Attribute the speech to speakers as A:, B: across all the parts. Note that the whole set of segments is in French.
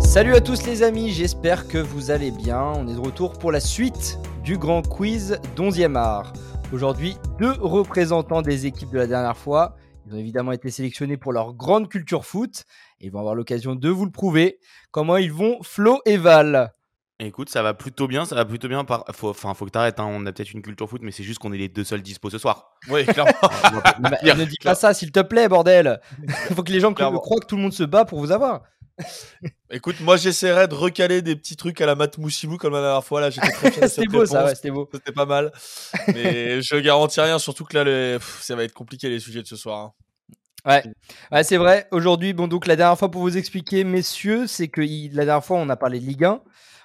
A: Salut à tous les amis, j'espère que vous allez bien. On est de retour pour la suite du grand quiz d'11e art. Aujourd'hui, deux représentants des équipes de la dernière fois. Ils ont évidemment été sélectionnés pour leur grande culture foot et ils vont avoir l'occasion de vous le prouver. Comment ils vont, Flo et Val
B: Écoute, ça va plutôt bien, ça va plutôt bien. Par... Faut... Enfin, faut que t'arrêtes, hein. on a peut-être une culture foot, mais c'est juste qu'on est les deux seuls dispo ce soir. Euh,
C: Oui, clairement.
B: Ah,
A: Bah, Ne dis pas ça, s'il te plaît, bordel Il faut que les gens cro-
C: Clairement.
A: croient que tout le monde se bat pour vous avoir.
C: Écoute, moi j'essaierai de recaler des petits trucs à la mat Moussilou comme la dernière fois. Là, j'étais très fier de
A: C'était
C: cette
A: beau ça,
C: réponse.
A: ouais, c'était beau.
C: C'était pas mal. Mais je garantis rien, surtout que là, les- pff, ça va être compliqué les sujets de ce soir. hein.
A: Ouais, Ouais, c'est vrai. Aujourd'hui, bon, donc la dernière fois pour vous expliquer, messieurs, c'est que il- la dernière fois, on a parlé de Ligue 1,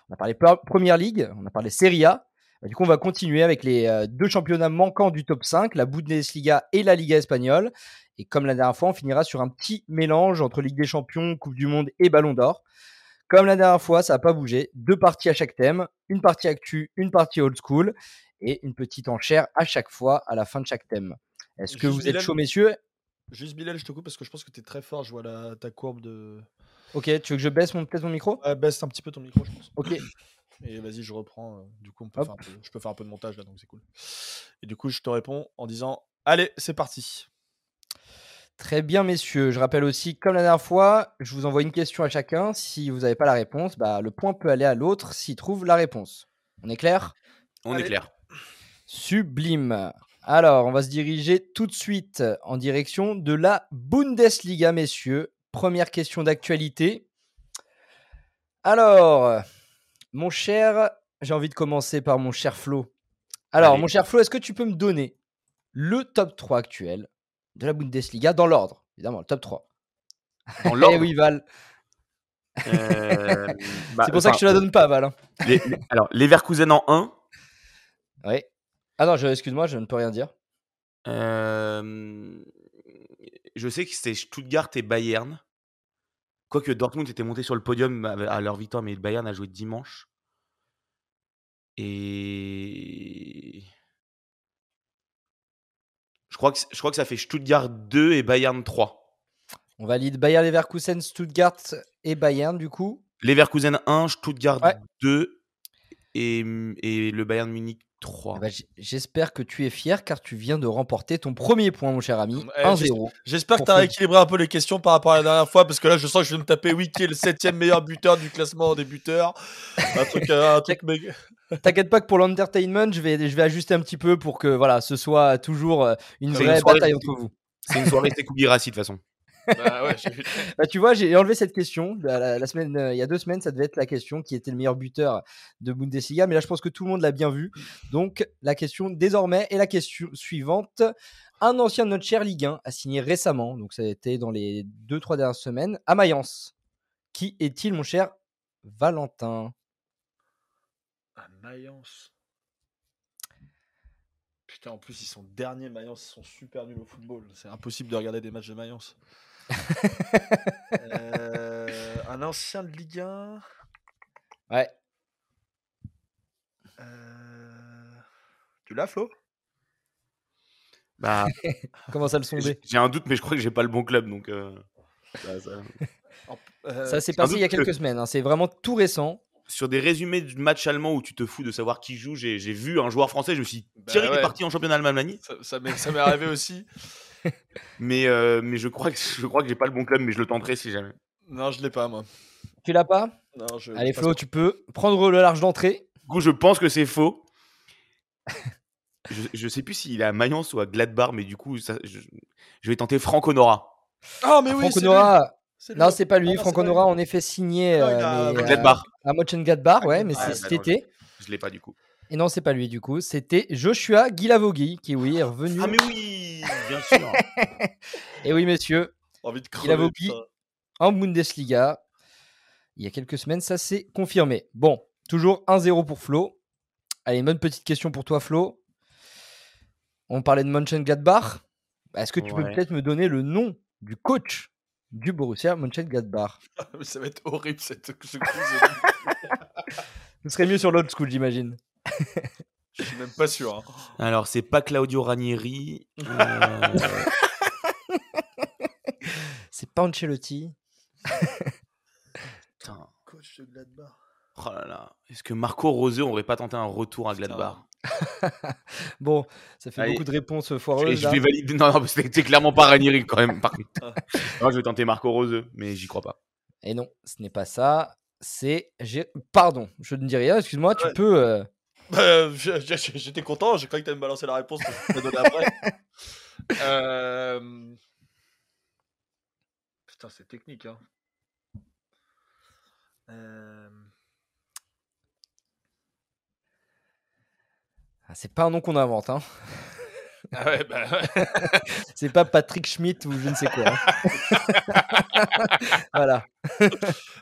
A: on a parlé pre- Première Ligue, on a parlé Serie A. Bah, du coup, on va continuer avec les euh, deux championnats manquants du top 5, la Bundesliga et la Liga espagnole. Et comme la dernière fois, on finira sur un petit mélange entre Ligue des Champions, Coupe du Monde et Ballon d'Or. Comme la dernière fois, ça n'a pas bougé. Deux parties à chaque thème, une partie actu, une partie old school et une petite enchère à chaque fois à la fin de chaque thème. Est-ce que
C: Juste
A: vous êtes
C: Dylan.
A: chaud, messieurs
C: Juste Bilal, je te coupe parce que je pense que t'es très fort. Je vois la- ta courbe de.
A: Ok, tu veux que je baisse mon, peut-être mon micro
C: Ouais, baisse un petit peu ton micro, je pense.
A: Ok.
C: Et vas-y, je reprends. euh, Du coup, on peut
A: Hop.
C: faire un peu- je peux faire un peu de montage là, donc c'est cool. Et du coup, je te réponds en disant Allez, c'est parti.
A: Très bien, messieurs. Je rappelle aussi, comme la dernière fois, je vous envoie une question à chacun. Si vous n'avez pas la réponse, bah, le point peut aller à l'autre s'il trouve la réponse. On est clair
B: On
C: Allez.
B: est clair.
A: Sublime. Alors, on va se diriger tout de suite en direction de la Bundesliga, messieurs. Première question d'actualité. Alors, mon cher, j'ai envie de commencer par mon cher Flo. Alors,
B: Allez.
A: mon cher Flo, est-ce que tu peux me donner le top 3 actuel de la Bundesliga dans l'ordre Évidemment, le top 3.
B: Dans
A: Eh
B: l'ordre.
A: oui, Val.
B: euh, bah,
A: C'est pour ça que je te la
B: enfin,
A: donne pas, Val. hein.
B: les- les- alors, Leverkusen en 1.
A: Oui. Ah non, je- excuse-moi, je ne peux rien dire.
B: Euh, je sais que c'était Stuttgart et Bayern. Quoique Dortmund était monté sur le podium à à leur victoire, mais le Bayern a joué dimanche. Et. Je crois que, c- je crois que ça fait Stuttgart 2 et Bayern 3.
A: On valide Bayer Leverkusen, Stuttgart et Bayern, du coup.
B: Leverkusen 1, Stuttgart
A: Ouais.
B: 2 et, mmh, et le Bayern Munich 3.
A: Eh ben, j- J'espère que tu es fier car tu viens de remporter ton premier point, mon cher ami.
C: Eh,
B: ben,
A: 1-0.
C: J'espère que
A: Pour
C: t'as
A: Flo.
C: rééquilibré un peu les questions par rapport à la dernière fois parce que là, je sens que je vais me taper Wiki, le septième meilleur buteur du classement des buteurs. Un truc, euh, un truc méga-
A: T'inquiète pas que pour l'entertainment, je vais, je vais ajuster un petit peu pour que voilà, ce soit toujours euh, une
B: C'est
A: vraie
B: une soirée
A: bataille
B: de-
A: entre vous.
B: C'est une soirée, c'est Kubirassi de toute façon.
C: Bah ouais, j'ai vu.
A: Bah, tu vois, j'ai enlevé cette question. La, la- la semaine, euh, il y a deux semaines, ça devait être la question qui était le meilleur buteur de Bundesliga. Mais là, je pense que tout le monde l'a bien vu. Donc, la question désormais est la question suivante. Un ancien de notre chère Ligue 1 a signé récemment, donc ça a été dans les deux, trois dernières semaines, à Mayence. Qui est-il, mon cher Valentin
C: À Ah, Mayence. Putain, en plus, ils sont derniers Mayence, ils sont super nuls au football. C'est impossible de regarder des matchs de Mayence. Euh, un ancien de Ligue 1.
A: Ouais.
C: Euh, Tu l'as, Flo
B: Bah,
A: Comment ça le sonder
B: j'ai j'ai un doute, mais je crois que j'ai pas le bon club donc. euh, ça- ça-
C: En- euh,
A: Ça s'est
B: un
A: passé il y a
B: doute que-
A: quelques semaines. hein. C'est vraiment tout récent.
B: sur des résumés de matchs allemands où tu te fous de savoir qui joue, j'ai j'ai vu un joueur français, je me suis dit,
C: Bah
B: Thierry est
C: ouais.
B: parti en championnat Allemagne,
C: ça, ça m'est ça m'est arrivé aussi.
B: mais, euh, mais je crois que je crois que j'ai pas le bon club, mais je le tenterai si jamais.
C: Non, je l'ai pas, moi.
A: Tu l'as pas
C: Non, je...
A: Allez,
C: parce
A: Flo, tu peux prendre le large d'entrée.
B: Du coup, je pense que c'est faux. je, je sais plus s'il est à Mayence ou à Gladbach, mais du coup, ça- je, je vais tenter Franck Honora.
C: que- Ah, mais oui,
A: Franck
C: c'est lui,
A: Honora, euh,
C: c'est lui.
A: Non, c'est pas lui.
C: Ah, non,
A: Franck
C: c'est pas lui.
A: Honora, en effet, signé
C: Non, il
A: euh,
C: a-
A: mais,
C: Euh,
B: Gladbach,
A: à Mönchengladbach, ouais, mais
C: Ah,
A: c'est
C: bah,
A: cet
B: non, je-
A: été.
B: je l'ai pas du coup.
A: Et non, c'est pas lui du coup. C'était Joshua Guilavogui qui, oui, est revenu.
B: Ah mais oui, bien sûr.
A: Et oui, messieurs,
C: Envie de
A: Il avait
C: crever,
A: oublié.
C: putain.
A: en Bundesliga, il y a quelques semaines, ça s'est confirmé. Bon, toujours 1-0 pour Flo. Allez, une bonne petite question pour toi, Flo. On parlait de Mönchengladbach. Est-ce que tu peux
B: Ouais.
A: peut-être me donner le nom du coach du Borussia Mönchengladbach
C: Mais ça va être horrible cette ce quiz.
A: Ce serait mieux sur l'autre school, j'imagine.
C: je suis même pas sûr. hein.
B: Alors c'est pas Claudio Ranieri. euh,
A: C'est pas Ancelotti.
B: putain.
C: Coach coach de Gladbach.
B: Oh là là. Est-ce que Marco Rose aurait pas tenté un retour à
C: Putain.
B: Gladbach
A: Bon, ça fait
B: Allez.
A: beaucoup de réponses
B: Et
A: foireuses.
B: je
A: là.
B: vais valider. Non, non, c'était clairement pas Ranieri quand même. Par contre. Moi, je vais tenter Marco Rose, mais j'y crois pas.
A: Et Eh non, ce n'est pas ça. C'est. Gé- Pardon, je ne dis rien. Excuse-moi, tu
C: Ouais.
A: peux. euh,
C: Bah, je- je- J'étais content, je croyais que t'allais me balancer la réponse que je t'ai donnée après. Euh, Putain, c'est technique. Hein. Euh,
A: ah, c'est pas un nom qu'on invente. Hein.
C: Ah ouais, bah,
A: C'est pas Patrick Schmidt ou je ne sais quoi. hein. voilà.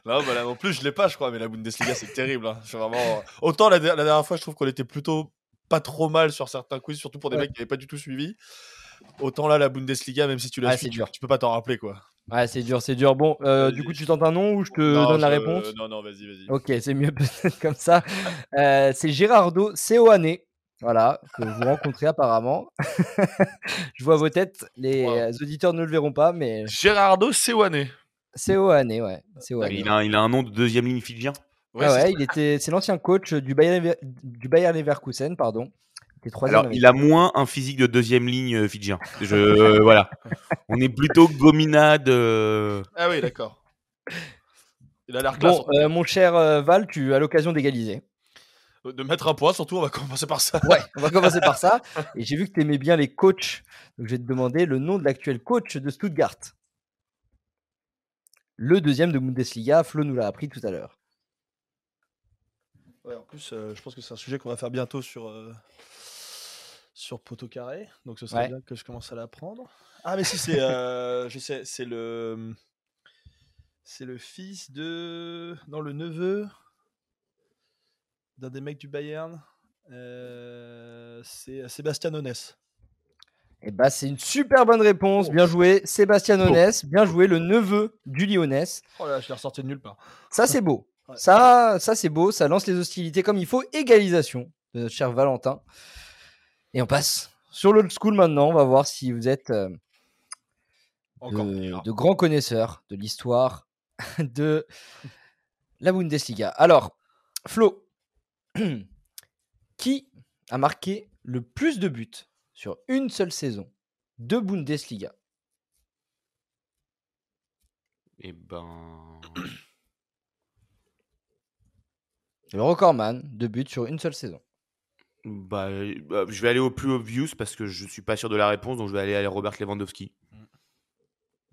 C: non, bah là non plus, je l'ai pas, je crois, mais la Bundesliga, c'est terrible. hein. Je suis vraiment... Autant la, der- la dernière fois, je trouve qu'on était plutôt pas trop mal sur certains quiz, surtout pour des
A: Ouais.
C: mecs qui n'avaient pas du tout suivi. Autant là, la Bundesliga, même si tu l'as
A: Ah, c'est
C: suivi, tu-
A: dur.
C: tu peux pas t'en rappeler quoi.
A: Ouais, c'est dur, c'est dur. Bon, euh, du coup, tu tentes un nom ou je te
C: Non,
A: donne la
C: je-
A: réponse
C: Non, non, vas-y, vas-y.
A: Ok, c'est mieux peut-être comme ça. Euh, c'est Gérardo Seoane, voilà, que vous rencontrez apparemment. Je vois vos têtes, les
C: Wow.
A: euh, auditeurs ne le verront pas, mais
C: Gerardo Sewane.
A: Seoane, ouais. Seoane.
B: Il a, un- il a un nom de deuxième ligne fidjien.
A: Ah ouais, il était, c'est l'ancien coach du Bayern, Lever- du Bayern Leverkusen, pardon. Il était troisième
B: Alors,
A: avec-
B: il a moins un physique de deuxième ligne euh, fidjien. Je, euh, voilà. On est plutôt gominade. euh,
C: Ah oui, d'accord. Il a l'air classe
A: Bon, euh, mon cher euh, Val, tu as l'occasion d'égaliser. euh,
C: de mettre un point, surtout, on va commencer par ça.
A: Ouais, on va commencer par ça. Et j'ai vu que tu aimais bien les coachs. Donc, je vais te demander le nom de l'actuel coach de Stuttgart. Le deuxième de Bundesliga, Flo nous l'a appris tout à l'heure.
C: Ouais, en plus, euh, je pense que c'est un sujet qu'on va faire bientôt sur, euh, sur Poteau Carré, donc ce serait
A: Ouais.
C: bien que je commence à l'apprendre. Ah, mais si, c'est, euh, je sais, c'est le, c'est le fils de, non, le neveu d'un des mecs du Bayern, Euh, c'est Sébastien Honès.
A: Eh bah, c'est une super bonne réponse. Bien joué, Sébastien Honès. Bien joué, le neveu du Lyonnais.
C: Oh là, je l'ai ressorti de nulle part.
A: Ça, c'est beau.
C: Ouais.
A: Ça, ça c'est beau. Ça lance les hostilités comme il faut. Égalisation de notre cher Valentin. Et on passe sur l'old school maintenant. On va voir si vous êtes euh,
C: Encore.
A: de,
C: meilleur.
A: de grands connaisseurs de l'histoire de la Bundesliga. Alors, Flo, qui a marqué le plus de buts sur une seule saison de Bundesliga
B: Eh ben.
A: Le recordman de buts sur une seule saison.
B: Bah, euh, bah, je vais aller au plus obvious parce que je suis pas sûr de la réponse, donc je vais aller à Robert Lewandowski.
C: Mm.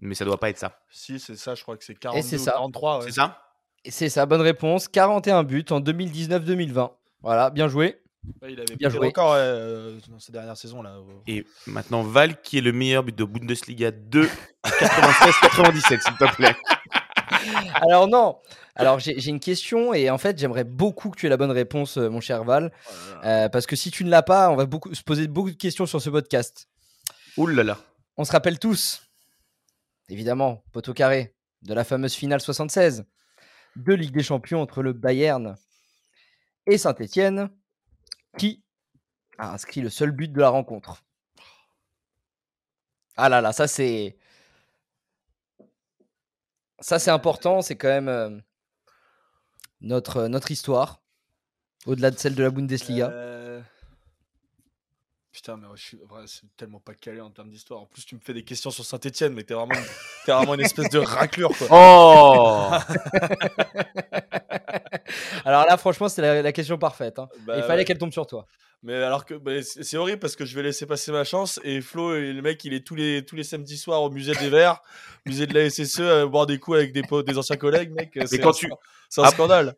B: Mais ça doit pas être ça.
C: Si, c'est ça, je crois que c'est 42 ou
A: ça.
C: 43. ouais.
B: C'est ça
A: Et c'est sa bonne réponse. 41 buts en 2019-2020. Voilà, bien joué.
C: Ouais, il avait
A: Bien
C: pris
A: joué. Oh
C: encore dans ces dernières saisons là. au-
B: Et maintenant, Val, qui est le meilleur but de Bundesliga 2 96-97, s'il te plaît.
A: Alors non. Alors j'ai j'ai une question et en fait j'aimerais beaucoup que tu aies la bonne réponse, euh, mon cher Val, Euh, parce que si tu ne l'as pas, on va beaucoup, se poser beaucoup de questions sur ce podcast.
B: Ouh là là.
A: On se rappelle tous, évidemment, poteau carré, de la fameuse finale 76 de Ligue des Champions entre le Bayern et Saint-Étienne, qui a inscrit le seul but de la rencontre. Ah là là, ça c'est. Ça c'est important, c'est quand même euh, notre, euh, notre histoire, au-delà de celle de la Bundesliga.
C: Euh, Putain, mais ouais, je suis ouais, c'est tellement pas calé en termes d'histoire. En plus, tu me fais des questions sur Saint-Etienne, mais t'es vraiment, une- t'es vraiment une espèce de raclure quoi.
B: Oh
A: Alors là, franchement, c'est la, la question parfaite. hein.
C: Bah
A: Il fallait
C: ouais.
A: qu'elle tombe sur toi.
C: Mais alors que bah, c'est c'est horrible parce que je vais laisser passer ma chance et Flo, et le mec, il est tous les tous les samedis soirs au musée des Verts, musée de la SSE, à boire des coups avec des potes, des anciens collègues, mec. C'est
B: quand
C: un-
B: tu-
C: c'est un
B: Ah.
C: scandale.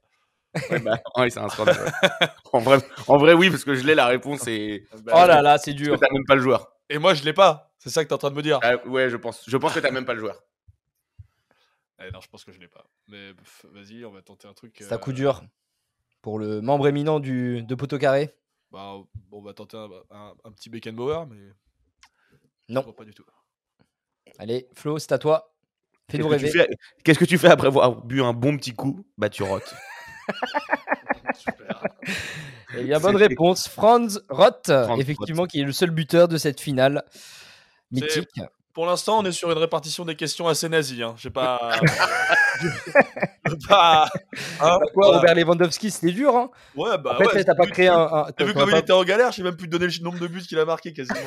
B: Ouais, bah, ouais, c'est un scandale. ouais. en, vrai, en vrai, oui, parce que je l'ai la réponse et
C: Ah Bah
A: Oh là là, c'est
B: que
A: dur.
B: t'as même pas le joueur.
C: Et moi, je l'ai pas. C'est ça que t'es en train de me dire.
B: Ah, ouais, je pense. Je pense que t'as même pas le joueur.
C: Eh non, je pense que je l'ai pas. Mais pff, vas-y, on va tenter un truc.
A: C'est un coup
C: euh,
A: dur pour le membre éminent du, de Poteau Carré.
C: Bah, on- on va tenter un, un- un petit Beckenbauer, mais.
A: Non.
C: Je vois pas du tout.
A: Allez, Flo, c'est à toi. Fais-nous
B: Qu'est-ce que tu
A: rêver.
B: fais- Qu'est-ce que tu fais après avoir bu un bon petit coup Bah, tu rotes.
C: Super.
A: Eh bien, bonne réponse. Franz Roth, effectivement, qui est le seul buteur de cette finale mythique.
C: Pour l'instant, on est sur une répartition des questions assez nazie. Hein. J'ai pas. Je veux pas. hein,
A: Bah, quoi,
C: voilà.
A: Robert Lewandowski, c'était dur. Hein.
C: Ouais, bah.
A: en fait,
C: ouais,
A: là, t'as pas
C: vu-
A: créé un. un-
C: T'as vu
A: t'aurais
C: comme il
A: pas-
C: était en galère, j'ai même plus donné le nombre de buts qu'il a marqué quasiment.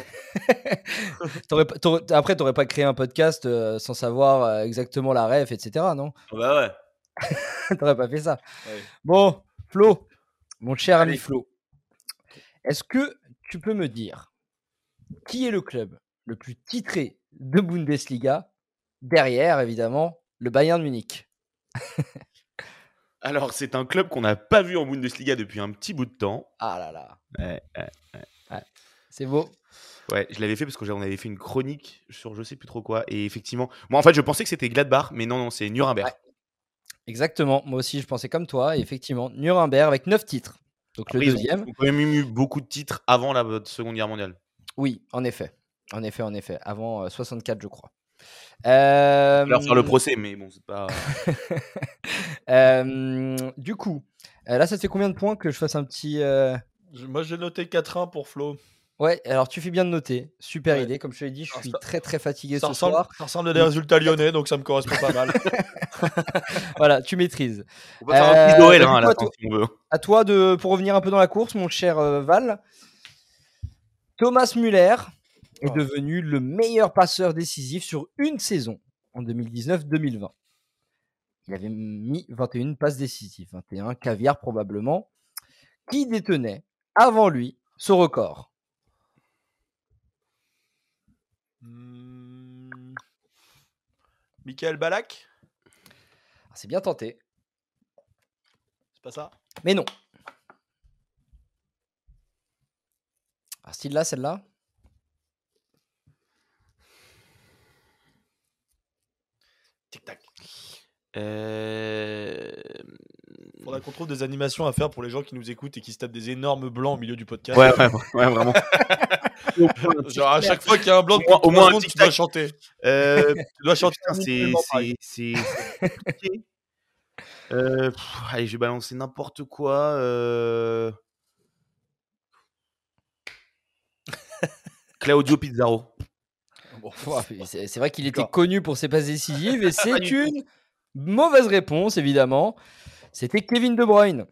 A: t'aurais pas- t'aurais- Après, t'aurais pas créé un podcast euh, sans savoir euh, exactement la ref, etc. Non
B: Bah ouais.
A: T'aurais pas fait ça.
C: Ouais.
A: Bon, Flo, mon cher ami
B: Allez.
A: Flo, est-ce que tu peux me dire qui est le club le plus titré de Bundesliga derrière, évidemment, le Bayern de Munich
B: Alors, c'est un club qu'on n'a pas vu en Bundesliga depuis un petit bout de temps.
A: Ah là là.
B: Ouais,
A: Ouais. C'est beau.
B: Ouais, je l'avais fait parce qu'on avait fait une chronique sur je sais plus trop quoi. Et effectivement, moi en fait, je pensais que c'était Gladbach, mais non, non, c'est Nuremberg.
A: Exactement. Moi aussi, je pensais comme toi. Et effectivement, Nuremberg avec 9 titres. Donc
B: Après,
A: le
B: Ah ils ont-
A: deuxième.
B: Ils ont quand même eu beaucoup de titres avant la euh, Seconde Guerre mondiale.
A: Oui, en effet. En effet, en effet. Avant euh, 64, je crois. Euh,
B: Je vais leur faire le procès, mais bon, c'est pas.
A: euh, du coup, euh, là, ça te fait combien de points que je fasse un petit. euh,
C: Je- Moi, j'ai noté 4-1 pour Flo.
A: Ouais, alors tu fais bien de noter. Super
C: Ouais.
A: idée. Comme je te l'ai dit, je
C: Alors,
A: suis
C: ça-
A: très très fatigué ce
C: Ça ressemble,
A: soir.
C: ça ressemble à des résultats lyonnais, donc ça me correspond pas mal.
A: Voilà, tu maîtrises.
B: On peut faire un
A: Euh,
B: quiz d'Orel
A: bah,
B: hein, à
A: du
B: la
A: coup,
B: fin, si on veut.
A: À toi de pour revenir un peu dans la course, mon cher euh, Val. Thomas Muller est
C: Oh.
A: devenu le meilleur passeur décisif sur une saison en 2019-2020. Il avait mis 21 passes décisives, 21 caviar probablement. Qui détenait avant lui ce record
C: Hmm. Michael Balak
A: Ah, C'est bien tenté,
C: C'est pas ça
A: mais non. Ah, style là, celle-là
C: Tic-tac.
B: Euh,
C: Faudra qu'on trouve des animations à faire pour les gens qui nous écoutent et qui se tapent des énormes blancs au milieu du podcast.
B: Ouais, ouais, ouais, vraiment.
C: Genre à chaque fois qu'il y a un blanc,
B: Au moins- au
C: au
B: moins un
C: moins tu dois
B: tic-tac.
C: chanter.
B: Euh,
C: Tu dois chanter.
B: putain, c'est.
C: minimum, par
B: c'est- c'est- c'est compliqué. Euh, pff, allez, je vais balancer n'importe quoi. euh. Claudio Pizarro.
C: Bon,
A: Ouah, C'est c'est vrai qu'il était
C: D'accord.
A: connu pour ses passes décisives et
B: Pas
A: c'est
B: du tout.
A: une mauvaise réponse, évidemment. C'était Kevin De Bruyne.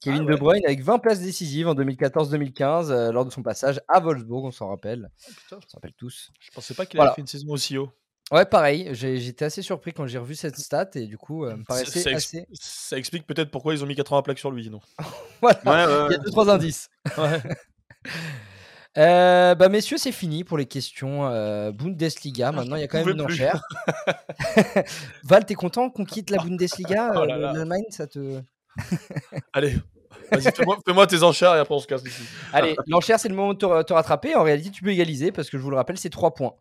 A: Kevin
C: Ah ouais.
A: De Bruyne avec 20 passes décisives en 2014-2015 euh, lors de son passage à Wolfsburg, on s'en rappelle.
C: Ah, putain.
A: On s'en rappelle tous.
C: je pensais pas qu'il
A: Voilà.
C: avait fait une saison aussi haut.
A: Ouais, pareil, j'ai- j'étais assez surpris quand j'ai revu cette stat et du coup, euh, me
C: c'est
A: paraissait
C: ex-
A: assez.
C: Ça explique peut-être pourquoi ils ont mis 80 plaques sur lui, non
A: Voilà,
B: Ouais, ouais,
A: il y a deux, trois indices. Euh, bah messieurs, c'est fini pour les questions euh, Bundesliga. Maintenant, il y a quand même
C: Ah, pouvais
A: une
C: plus.
A: enchère. Val, t'es content qu'on quitte la Bundesliga
C: Oh
A: euh,
C: là là.
A: L'Allemagne, ça te.
C: Allez, vas-y, fais-moi fais-moi tes enchères et après on se casse d'ici.
A: Allez, l'enchère, c'est le moment de te, te rattraper. En réalité, tu peux égaliser parce que je vous le rappelle, c'est 3 points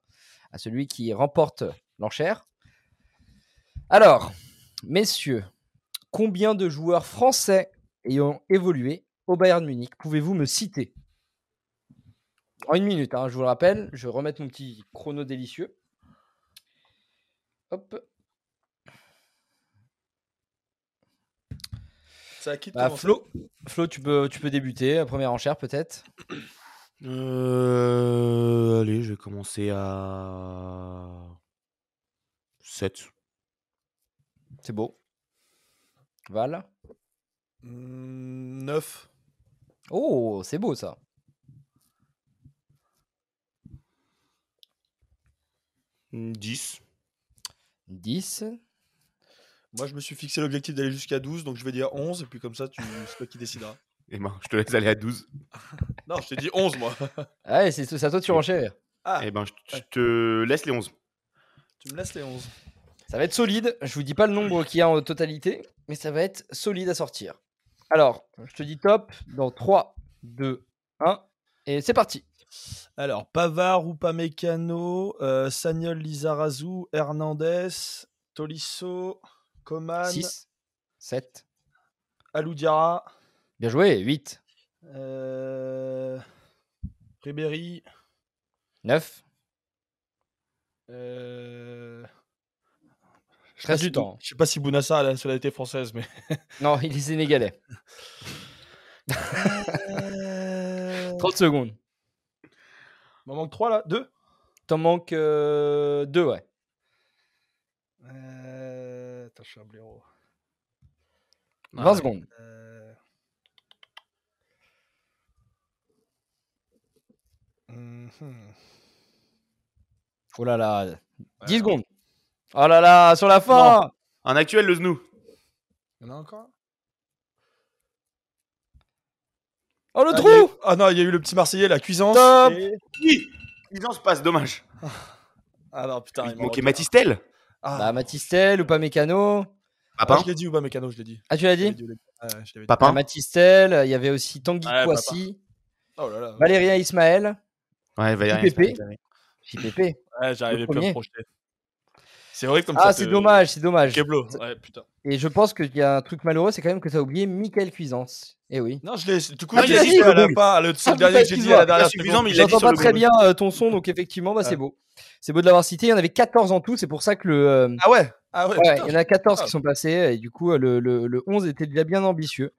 A: à celui qui remporte l'enchère. Alors, messieurs, combien de joueurs français ayant évolué au Bayern de Munich pouvez-vous me citer En une minute, hein, je vous le rappelle, je vais remettre mon petit chrono délicieux. Hop,
C: Ça à qui de
A: bah,
C: commencer
A: Flo, Flo tu, peux, tu peux débuter, première enchère peut-être.
B: Euh, allez, je vais commencer à 7.
A: C'est beau. Val
C: Hmm, 9.
A: Oh, c'est beau ça.
B: Mm, 10.
A: 10.
C: Moi, je me suis fixé l'objectif d'aller jusqu'à 12, donc je vais dire 11, et puis comme ça, tu... c'est toi qui décideras.
B: Eh ben, je te laisse aller à 12.
C: Non, je t'ai dit 11, moi.
A: Ah Ouais, c'est c'est à toi de surenchérir.
C: Ah,
B: Eh ben, je je
C: ouais.
B: te laisse les 11.
C: tu me laisses les 11.
A: Ça va être solide. Je vous dis pas le nombre qu'il y a en totalité, mais ça va être solide à sortir. Alors, je te dis top dans 3, 2, 1, et c'est parti.
C: Alors, Pavard, Upamecano, euh, Sagnol, Lizarazu, Hernandez, Tolisso, Coman,
A: 6, 7.
C: Aloudiara,
A: Bien joué. 8,
C: euh, Ribéry,
A: 9.
C: euh, je
A: Reste
C: sais pas si
A: du temps.
C: Bou- Je sais pas si Bounassa a la nationalité française, mais.
A: Non, il est sénégalais. 30 secondes.
C: Euh, Il m'en manque 3 là 2
A: T'en manques euh, deux, ouais.
C: Euh, Attends, je suis un blaireau. Ah
A: 20 secondes.
C: Euh. Mhm.
A: Oh là là. 10
C: Ouais.
A: secondes. Oh là là, sur la fin.
B: Un actuel, le Snou.
C: Il y en a encore un
A: Oh le
C: Ah, il y a eu-
A: trou
C: Ah non, il y a eu le petit Marseillais, la cuisance.
A: Top
C: et-
B: Oui Ils en se passent, dommage.
C: Ah non,
B: Il
C: putain, il manque
B: manquait Matistel.
C: Ah,
A: Bah Matistel ou pas Mécano.
C: ah,
B: Papin.
C: je l'ai dit ou pas, Mécano, je l'ai dit.
A: Ah tu l'as
C: Je l'ai
A: dit
C: dit au début. Ah, ouais, je l'avais dit.
A: Ah,
B: Papin.
A: Matistel, euh, il y avait aussi Tanguy
C: Ouais,
A: Kouassi,
C: Oh là là.
A: Valérien Ismaël,
B: Ouais, Valérien.
A: Pépé.
B: Ismaël.
A: JPP.
C: Ouais, j'arrivais
A: Le
C: plus à me
A: premier.
C: projeter. C'est horrible comme ça.
A: Ah c'est
C: te-
A: dommage, c'est dommage.
C: Keblo. Ouais, putain.
A: Et je pense qu'il y a un truc malheureux, c'est quand même que t'as oublié Michael Cuisance. Eh oui.
C: Non, je l'ai. Du coup,
A: Ah,
C: je
A: tu
C: l'ai
A: l'as
C: dit
A: dit,
C: à la
A: le
C: fin, le, c'est
A: Ah,
C: le dernier que j'ai
A: putain,
C: dit à la
A: excuse-moi.
C: dernière
B: Pas suffisant,
C: seconde.
B: mais il l'a dit
A: J'entends
B: sur
A: pas
B: le
A: très
B: Google.
A: bien euh, ton son, donc effectivement, bah, c'est
C: Ouais.
A: beau. C'est beau de l'avoir cité. Il y en avait 14 en tout, c'est pour ça que le. euh,
C: Ah ouais Ah ouais,
A: ouais,
C: putain,
A: il y en a 14
C: Ah.
A: qui sont passés, et du coup, euh, le, le- le 11 était déjà bien ambitieux.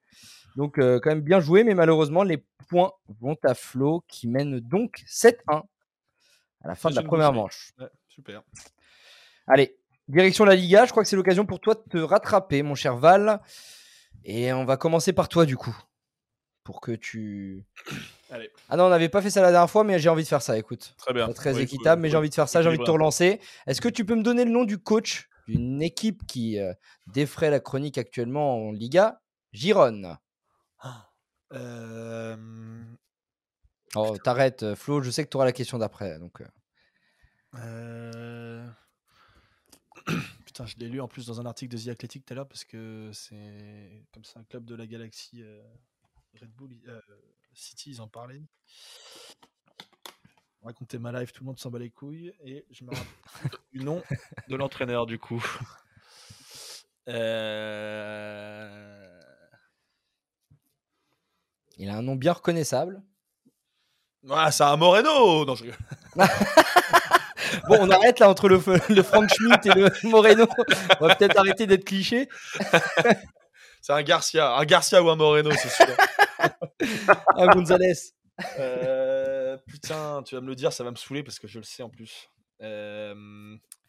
A: Donc, euh, quand même bien joué, mais malheureusement, les points vont à flot qui mène donc 7-1 à la fin
C: C'est
A: de la
C: une
A: première
C: boucherie.
A: manche.
C: Ouais, super.
A: Allez, direction la Liga. Je crois que c'est l'occasion pour toi de te rattraper, mon cher Val. Et on va commencer par toi, du coup. Pour que tu.
C: Allez.
A: Ah non, on n'avait pas fait ça la dernière fois, mais j'ai envie de faire ça, écoute.
C: Très bien.
A: Pas très
C: Ouais,
A: équitable,
C: cool,
A: mais j'ai
C: cool.
A: envie de faire ça, j'ai envie de te
C: Équilibré.
A: relancer. Est-ce que tu peux me donner le nom du coach d'une équipe qui euh, défraie la chronique actuellement en Liga Gironne.
C: Ah. Euh,
A: Oh, t'arrêtes, euh, Flo, je sais que tu auras la question d'après. Donc, euh,
C: euh, Putain, je l'ai lu en plus dans un article de The Athletic tout à l'heure parce que c'est comme c'est un club de la galaxie euh, Red Bull il- euh, City, ils en parlaient. Racontez ma life, tout le monde s'en bat les couilles et je me rappelle du nom de l'entraîneur du coup. Euh,
A: il a un nom bien reconnaissable.
C: Ah, c'est un Moreno Non, je rigole.
A: Bon, on arrête là entre le, le Frank Schmidt et le Moreno. On va peut-être arrêter d'être cliché.
C: C'est un Garcia, un Garcia ou un Moreno, c'est sûr.
A: Ah, Gonzalez.
C: Euh, putain, tu vas me le dire, ça va me saouler parce que je le sais en plus. Euh,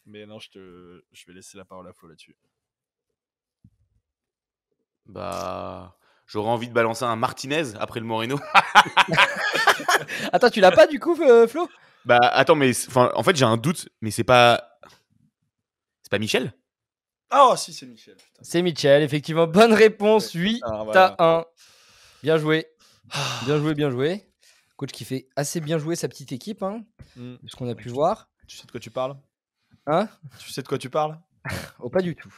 C: mais non, je, te, je vais laisser la parole à Flo là-dessus.
B: Bah. J'aurais envie de balancer un Martinez après le Moreno.
A: Attends, tu l'as pas du coup, euh, Flo
B: Bah attends, mais c'est- enfin, en fait j'ai un doute, mais c'est pas. C'est pas Michel
C: Ah, si, c'est Michel. Putain.
A: C'est Mitchell, effectivement. Bonne réponse, 8
C: Ah,
A: T'as
C: voilà.
A: un. Bien joué. Bien joué, bien joué. Coach qui fait assez bien jouer sa petite équipe, hein,
C: Mm.
A: de ce qu'on a pu
C: Ouais.
A: voir.
C: Tu sais de quoi tu parles
A: Hein
C: Tu sais de quoi tu parles
A: Oh, pas du tout.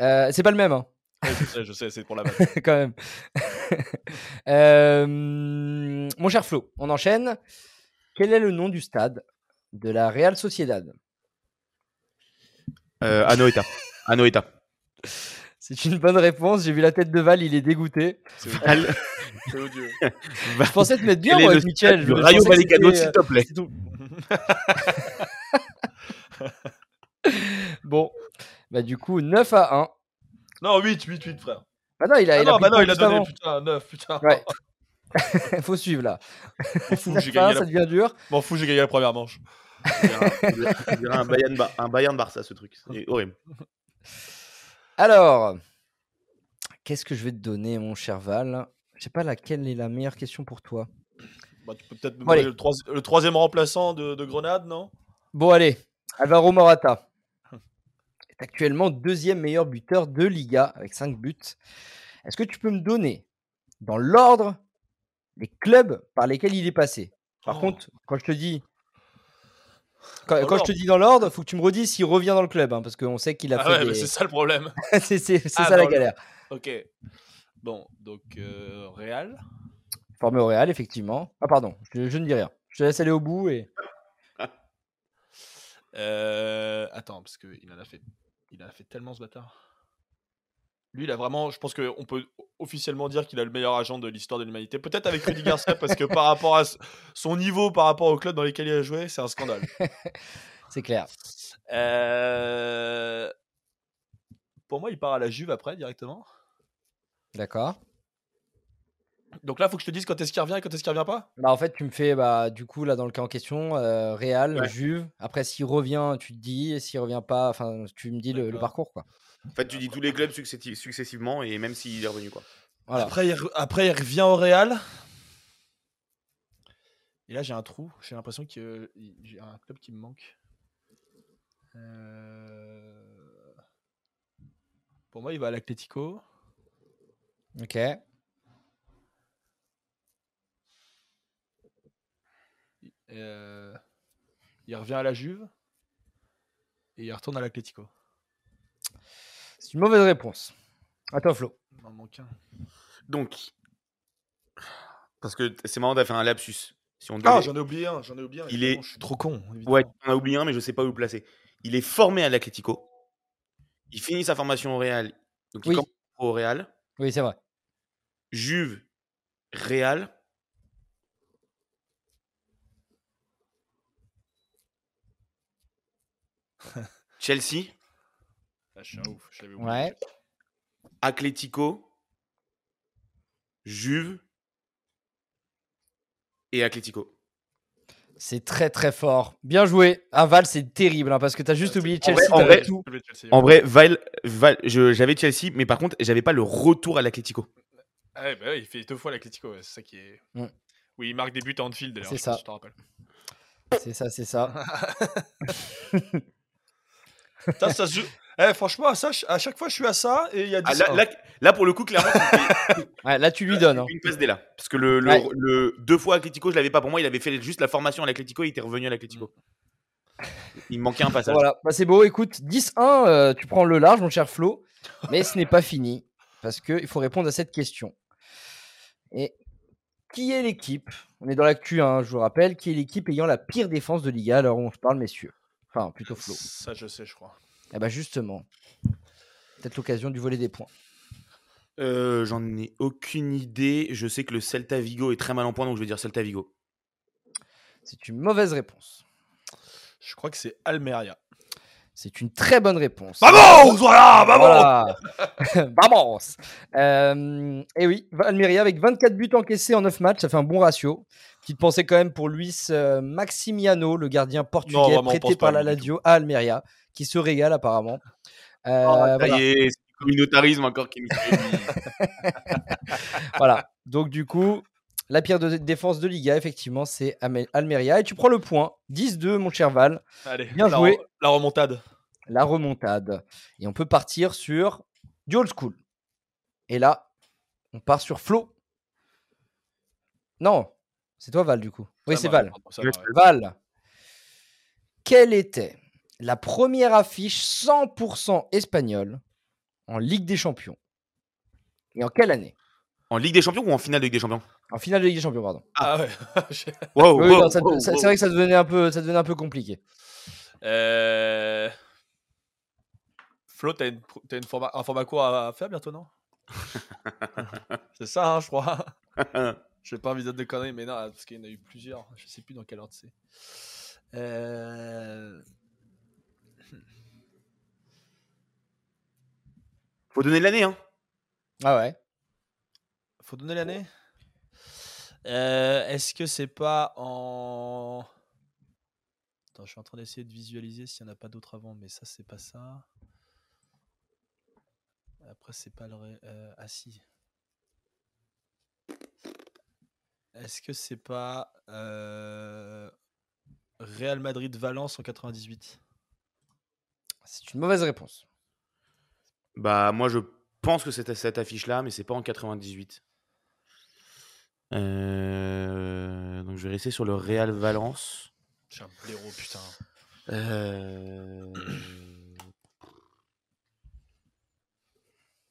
A: Euh, c'est pas le même, hein,
C: Ouais, Je sais, je sais, c'est pour la vanne.
A: quand même. Euh, mon cher Flo, on enchaîne. Quel est le nom du stade de la Real Sociedad
B: euh, Anoeta. Anoeta.
A: C'est une bonne réponse. J'ai vu la tête de Val, il est dégoûté.
C: C'est
B: Al-
C: odieux. C'est odieux.
A: Je pensais te mettre bien,
B: Quel est
A: moi,
B: le
A: avec Mitchell.
B: du
A: Je
B: Rayo
A: pensais que c'était,
B: Vallecano,
A: euh,
B: s'il te plaît.
A: C'est tout. bon, bah du coup 9 à 1.
C: Non, 8, 8, 8, frère.
A: Bah non, il a,
C: Ah
A: il a
C: non,
A: pris
C: bah
A: le
C: non,
A: point
C: il a
A: juste
C: donné,
A: avant.
C: putain, 9, putain.
A: Ouais. hein. Faut suivre là.
C: M'en fous, j'ai
A: 9 à 1,
C: gagné,
A: ça
C: la...
A: devient dur.
C: m'en fous, j'ai gagné la première manche.
B: On dirait un Bayern, Bar- un Bayern Barça ce truc. C'est horrible.
A: Alors, qu'est-ce que je vais te donner, mon cher Val Je sais pas laquelle est la meilleure question pour toi.
C: Bah, tu peux peut-être me
A: Bon, allez.
C: demander le, troisi- le troisième remplaçant de, de Grenade, non
A: Bon, allez, Alvaro Morata est actuellement deuxième meilleur buteur de Liga avec 5 buts. Est-ce que tu peux me donner, dans l'ordre, les clubs par lesquels il est passé Par
C: Oh.
A: contre, quand je te dis. Quand,
C: Dans
A: quand je te
C: l'ordre.
A: dis dans l'ordre, il faut que tu me redis s'il revient dans le club, hein, parce qu'on sait qu'il a
C: Ah
A: fait
C: ouais,
A: des-
C: mais c'est ça le problème.
A: c'est c'est- c'est
C: Ah,
A: ça la
C: dans le-
A: galère.
C: Ok. Bon, donc euh, Real.
A: Formé au Real, effectivement. Ah, pardon, je, je ne dis rien. Je te laisse aller au bout et.
C: Euh, attends, parce qu'il en a fait, il en a fait tellement ce bâtard. Lui, il a vraiment, je pense qu'on peut officiellement dire qu'il a le meilleur agent de l'histoire de l'humanité. Peut-être avec Rudy Garcia, parce que par rapport à s- son niveau, par rapport au club dans lequel il a joué, c'est un scandale.
A: C'est clair.
C: Euh, Pour moi, il part à la Juve après directement.
A: D'accord.
C: Donc là, faut que je te dise quand est-ce qu'il revient et quand est-ce qu'il revient pas
A: Bah, en fait, tu me fais, bah, du coup, là, dans le cas en question, euh, Real,
B: Ouais.
A: Juve. Après, s'il revient, tu te dis. et S'il revient pas, enfin, tu me dis le, le
C: D'accord.
A: parcours, quoi.
B: En fait, tu dis tous les clubs successi- successivement et même s'il est revenu, quoi.
A: Voilà.
C: après, il, re- après, il revient au Real. Et là, j'ai un trou. J'ai l'impression que euh, il- j'ai un club qui me manque. Euh, Pour moi, il va à l'Atlético.
A: Ok.
C: Euh, Il revient à la Juve. Et il retourne à l'Atlético.
A: C'est une mauvaise réponse. À toi, Flo.
C: Il m'en manque un.
B: Donc, parce que t- c'est marrant d'avoir fait un lapsus. Si on
C: Ah,
B: devait-
C: j'en ai oublié un. J'en ai oublié un.
B: Il
C: évidemment,
B: est-
C: Je suis trop con. évidemment.
B: Ouais, on a oublié un, mais je sais pas où le placer. Il est formé à l'Atlético. Il finit sa formation au Real. Donc, il
A: Oui.
B: commence au Real.
A: Oui, c'est vrai.
B: Juve, Real. Chelsea,
C: Ah, je suis un ouf. je l'avais oublié.
A: Ouais.
B: Atlético, Juve et Atlético.
A: C'est très, très fort. Bien joué. Ah, Val, c'est terrible, hein, parce que t'as juste
C: Ouais,
A: oublié
B: Ah, en
A: Chelsea.
B: vrai- en
A: t'avais
B: vrai-
A: tout.
C: Oublié Chelsea,
B: En
C: ouais.
B: vrai, Val, Val- je- j'avais Chelsea, mais par contre, j'avais pas le retour à l'Atlético.
C: Ah ouais, bah ouais, il fait deux fois l'Atletico, c'est ça qui est.
A: Mm.
C: Oui, il marque des buts à Anfield d'ailleurs.
A: C'est
C: je pense,
A: ça.
C: Je te rappelle.
A: C'est ça, c'est ça.
C: ça, ça se joue. Eh, franchement, à, ça, je- à chaque fois, je suis à ça et il y a 10
B: Ah, là, là, là, pour le coup, clairement,
A: Ouais, là, tu lui donnes. hein.
B: une passe dès là. Parce que le, le-
A: Ouais.
B: le- deux fois Atlético, je l'avais pas pour moi. Il avait fait juste la formation à l'Atlético et il était revenu à l'Atlético. Il me manquait un passage.
A: Mm. Voilà, Bah, c'est beau. Écoute, 10-1, euh, tu prends le large, mon cher Flo. Mais ce n'est pas fini, parce qu'il faut répondre à cette question. Et qui est l'équipe On est dans l'actu, hein, je vous rappelle. Qui est l'équipe ayant la pire défense de Liga alors on se parle, messieurs Enfin, plutôt Flo.
C: Oh, Ça, je sais, je crois.
A: Eh bah justement, peut-être l'occasion du voler des points.
B: Euh, J'en ai aucune idée. Je sais que le Celta Vigo est très mal en point, donc je vais dire Celta Vigo.
A: C'est une mauvaise réponse.
C: Je crois que c'est Almeria.
A: C'est une très bonne réponse.
C: Vamos Voilà Ah, Vamos
A: Voilà. Vamos Euh, Et oui, Almeria avec 24 buts encaissés en 9 matchs, ça fait un bon ratio. Petite pensée quand même pour Luis euh, Maximiano, le gardien portugais
C: vraiment, on pense
A: prêté par
C: pas à
A: la
C: lui du
A: Lazio à Almeria, qui se régale apparemment. Euh,
C: Oh,
B: ça
A: voilà,
B: y est, c'est le communautarisme encore qui nous fait.
A: voilà. Donc du coup, la pire de- défense de Liga, effectivement, c'est Ame- Almeria. Et tu prends le point, 10-2, mon cher Val,
C: Allez,
A: Bien
C: la,
A: joué.
C: re- la remontade.
A: la remontade. Et on peut partir sur du old school. Et là, on part sur Flo. Non, c'est toi Val du coup. Oui,
C: Ça
A: c'est
C: va,
A: Val.
C: pardon, ça va, ouais.
A: Val, quelle était la première affiche 100% espagnole en Ligue des Champions Et en quelle année
B: En Ligue des Champions ou en finale de Ligue des Champions
A: En finale de Ligue des Champions, pardon.
C: Ah ouais. j'ai-
B: Wow,
A: Oui,
B: wow,
A: non, ça-
B: wow,
A: ça-
B: wow.
A: C'est vrai que ça devenait un peu, ça devenait un peu compliqué.
C: Euh, Flo, t'as une, pro- t'as une forma- un format court à à faire bientôt, non C'est ça, hein, je crois. Je vais pas envie de dire de conneries, mais non, parce qu'il y en a eu plusieurs. Je sais plus dans quel ordre c'est. Euh,
B: Faut donner de l'année, hein.
A: Ah ouais.
C: Faut donner l'année Euh, Est-ce que c'est pas en. Attends, je suis en train d'essayer de visualiser s'il n'y en a pas d'autres avant, mais ça, c'est pas ça. Après, c'est pas le. ré- euh, ah si. Est-ce que c'est pas. euh, Real Madrid-Valence en 98
A: C'est une mauvaise réponse.
B: Bah, moi, je pense que c'était cette affiche-là, mais c'est pas en 98. Euh, Donc, je vais rester sur le Real Valence.
C: J'ai un blaireau, putain.
B: Euh,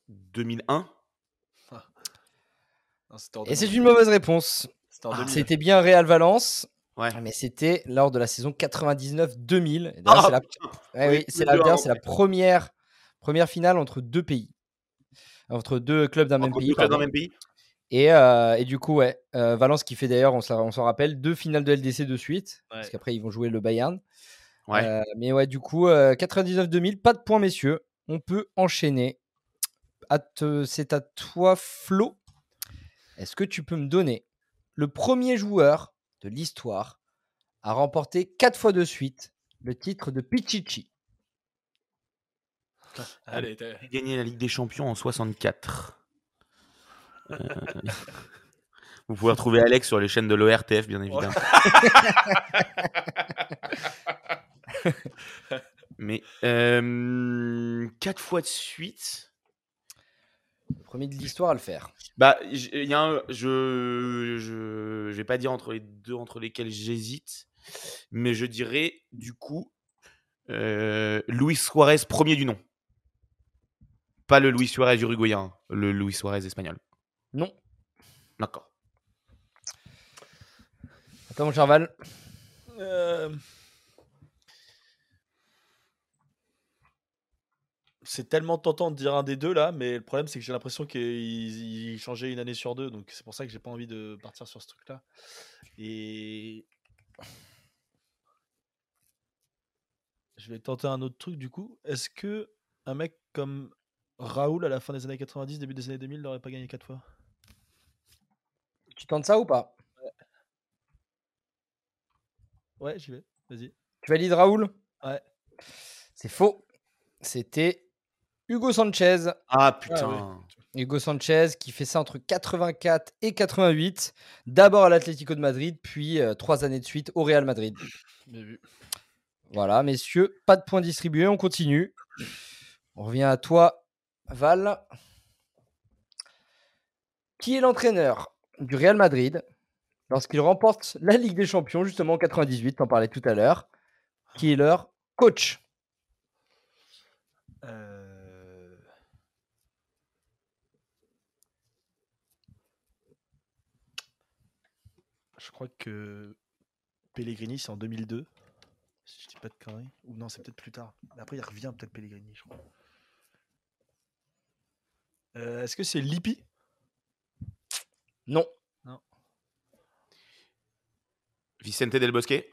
B: 2001
C: Non, c'était en
A: Et
C: 2000.
A: c'est une mauvaise réponse.
C: C'était en
A: Ah,
C: 2000.
A: C'était bien Real Valence. Ah,
B: Ouais.
A: Mais c'était lors de la saison 99-2000. Et d'ailleurs,
B: Ah,
A: c'est la,
B: putain.
A: ouais,
B: oui,
A: oui, c'est
B: le
A: la-
B: deux
A: d'ailleurs,
B: avant,
A: c'est la
B: ouais.
A: première, première finale entre deux pays. Entre deux clubs d'un même
B: Entre
A: pays.
B: deux clubs dans
A: pardon.
B: le même pays
A: Et, euh, et du coup, ouais, euh, Valence qui fait d'ailleurs, on s'en on s'en rappelle, deux finales de LDC de suite. Parce
C: Ouais.
A: qu'après, ils vont jouer le Bayern.
B: Ouais.
A: Euh, mais ouais, du coup, euh, 99-2000, pas de points, messieurs. On peut enchaîner. À te- C'est à toi, Flo. Est-ce que tu peux me donner le premier joueur de l'histoire à remporter quatre fois de suite le titre de Pichichi
C: Allez, t'as-
B: J'ai gagné la Ligue des Champions en 64. Euh, Vous pouvez retrouver Alex sur les chaînes de l'ORTF, bien évidemment. Mais euh, quatre fois de suite.
A: Le premier de l'histoire à le faire.
B: Bah, j- il y a un- je, je, je vais pas dire entre les deux entre lesquels j'hésite, mais je dirais du coup euh, Luis Suarez premier du nom, pas le Luis Suarez uruguayen, le Luis Suarez espagnol.
A: Non.
B: D'accord.
A: Attends, mon Charval.
C: Euh, C'est tellement tentant de dire un des deux là, mais le problème c'est que j'ai l'impression qu'ils ils changeaient une année sur deux, donc c'est pour ça que j'ai pas envie de partir sur ce truc là. Et. Je vais tenter un autre truc du coup. Est-ce que un mec comme Raoul à la fin des années 90, début des années 2000 n'aurait pas gagné 4 fois
A: Tu tentes ça ou pas
C: Ouais, j'y vais, vas-y.
A: Tu valides Raoul
C: Ouais.
A: C'est faux. C'était Hugo Sanchez.
B: Ah putain.
A: Hugo Sanchez qui fait ça entre 84 et 88. D'abord à l'Atlético de Madrid, puis euh, trois années de suite au Real Madrid.
C: Bien vu.
A: Voilà, messieurs, pas de points distribués, on continue. On revient à toi, Val. Qui est l'entraîneur du Real Madrid lorsqu'il remporte la Ligue des Champions, justement en 98, t'en parlais tout à l'heure Qui est leur coach
C: Euh, Je crois que Pellegrini, c'est en 2002. Si je dis pas de conneries. Ou non, c'est peut-être plus tard. Mais Après, il revient peut-être Pellegrini, je crois. Euh, Est-ce que c'est Lippi
A: Non,
B: Vicente Del Bosque.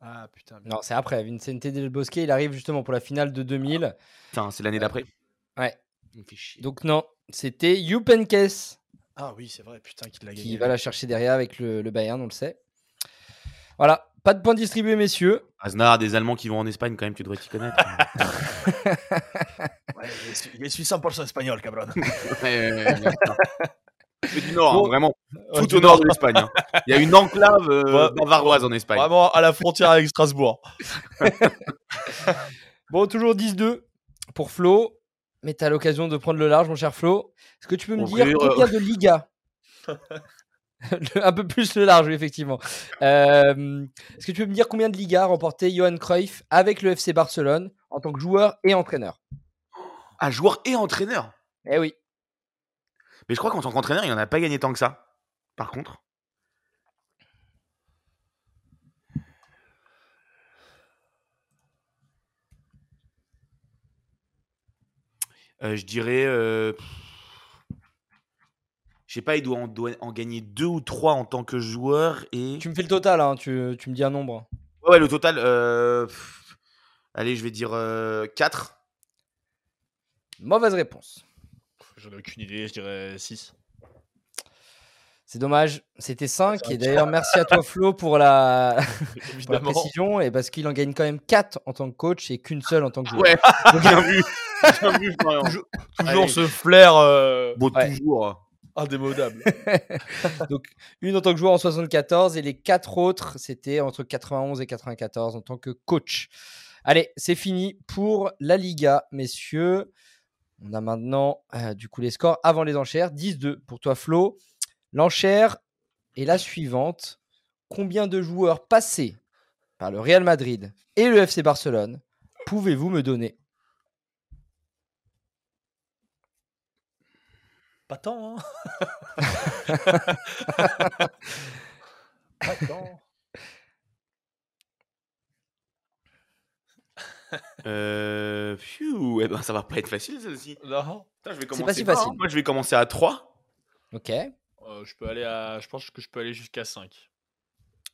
C: Ah putain. merde.
A: non, c'est après. Vincente Del Bosque, il arrive justement pour la finale de 2000.
B: Putain, c'est l'année d'après.
A: Euh, Ouais.
B: Il me fait chier.
A: Donc non, c'était Jupenkes
C: Ah oui, c'est vrai, putain, qu'il l'a gagné.
A: qui va la chercher derrière avec le, le Bayern, on le sait. Voilà, pas de points distribués, messieurs.
B: Aznar, des Allemands qui vont en Espagne quand même, tu devrais t'y connaître. hein.
C: Ouais, je suis- je suis 100% espagnol, cabron.
B: Ouais, ouais, ouais, ouais. C'est du Nord, hein,
C: Bon.
B: vraiment.
C: Ouais,
B: Tout
C: du
B: au nord de l'Espagne. hein. Il y a une enclave euh,
C: Ouais.
B: bavaroise en Espagne.
C: Vraiment à la frontière avec Strasbourg.
A: Bon, toujours 10-2 pour Flo. Mais tu as l'occasion de prendre le large, mon cher Flo. Est-ce que tu peux me
B: Pour
A: dire
B: ouvrir, euh,
A: combien de Liga Le- Un peu plus le large, oui, effectivement. Euh, Est-ce que tu peux me dire combien de Liga a remporté Johan Cruyff avec le FC Barcelone en tant que joueur et entraîneur
B: Ah, joueur et entraîneur.
A: Eh oui,
B: Mais je crois qu'en tant qu'entraîneur, il n'en a pas gagné tant que ça. Par contre. Euh, je dirais. euh, pff, Je sais pas, il doit en, doit en gagner deux ou trois en tant que joueur. Et...
A: tu me fais le total, hein, tu, tu me dis un nombre.
B: Ouais, ouais, le total. euh, pff, Allez, je vais dire euh, 4.
A: Mauvaise réponse.
C: J'en ai aucune idée, je dirais 6.
A: C'est dommage, c'était 5. Et d'ailleurs, merci à toi, Flo, pour la, pour la
C: Évidemment.
A: précision. Et parce qu'il en gagne quand même 4 en tant que coach et qu'une seule en tant que joueur.
B: Ouais, bien vu. Bien vu, Florian.
C: Toujours- Toujours
B: Allez.
C: ce flair euh,
B: Bon,
A: Ouais.
B: toujours.
C: indémodable.
A: Donc, une en tant que joueur en 74 et les quatre autres, c'était entre 91 et 94 en tant que coach. Allez, c'est fini pour la Liga, messieurs. On a maintenant euh, du coup les scores avant les enchères. 10-2 pour toi, Flo. L'enchère est la suivante. Combien de joueurs passés par le Real Madrid et le FC Barcelone pouvez-vous me donner
C: Pas tant, hein Pas tant.
B: Euh... pfiou, eh ben, ça va pas être facile, celle-ci.
C: Non.
B: Putain, je vais
A: pas
B: commencer
A: si
B: par-
A: facile.
B: Moi, je vais commencer à 3.
A: Ok,
C: Euh, je peux aller à. Je pense que je peux aller jusqu'à 5.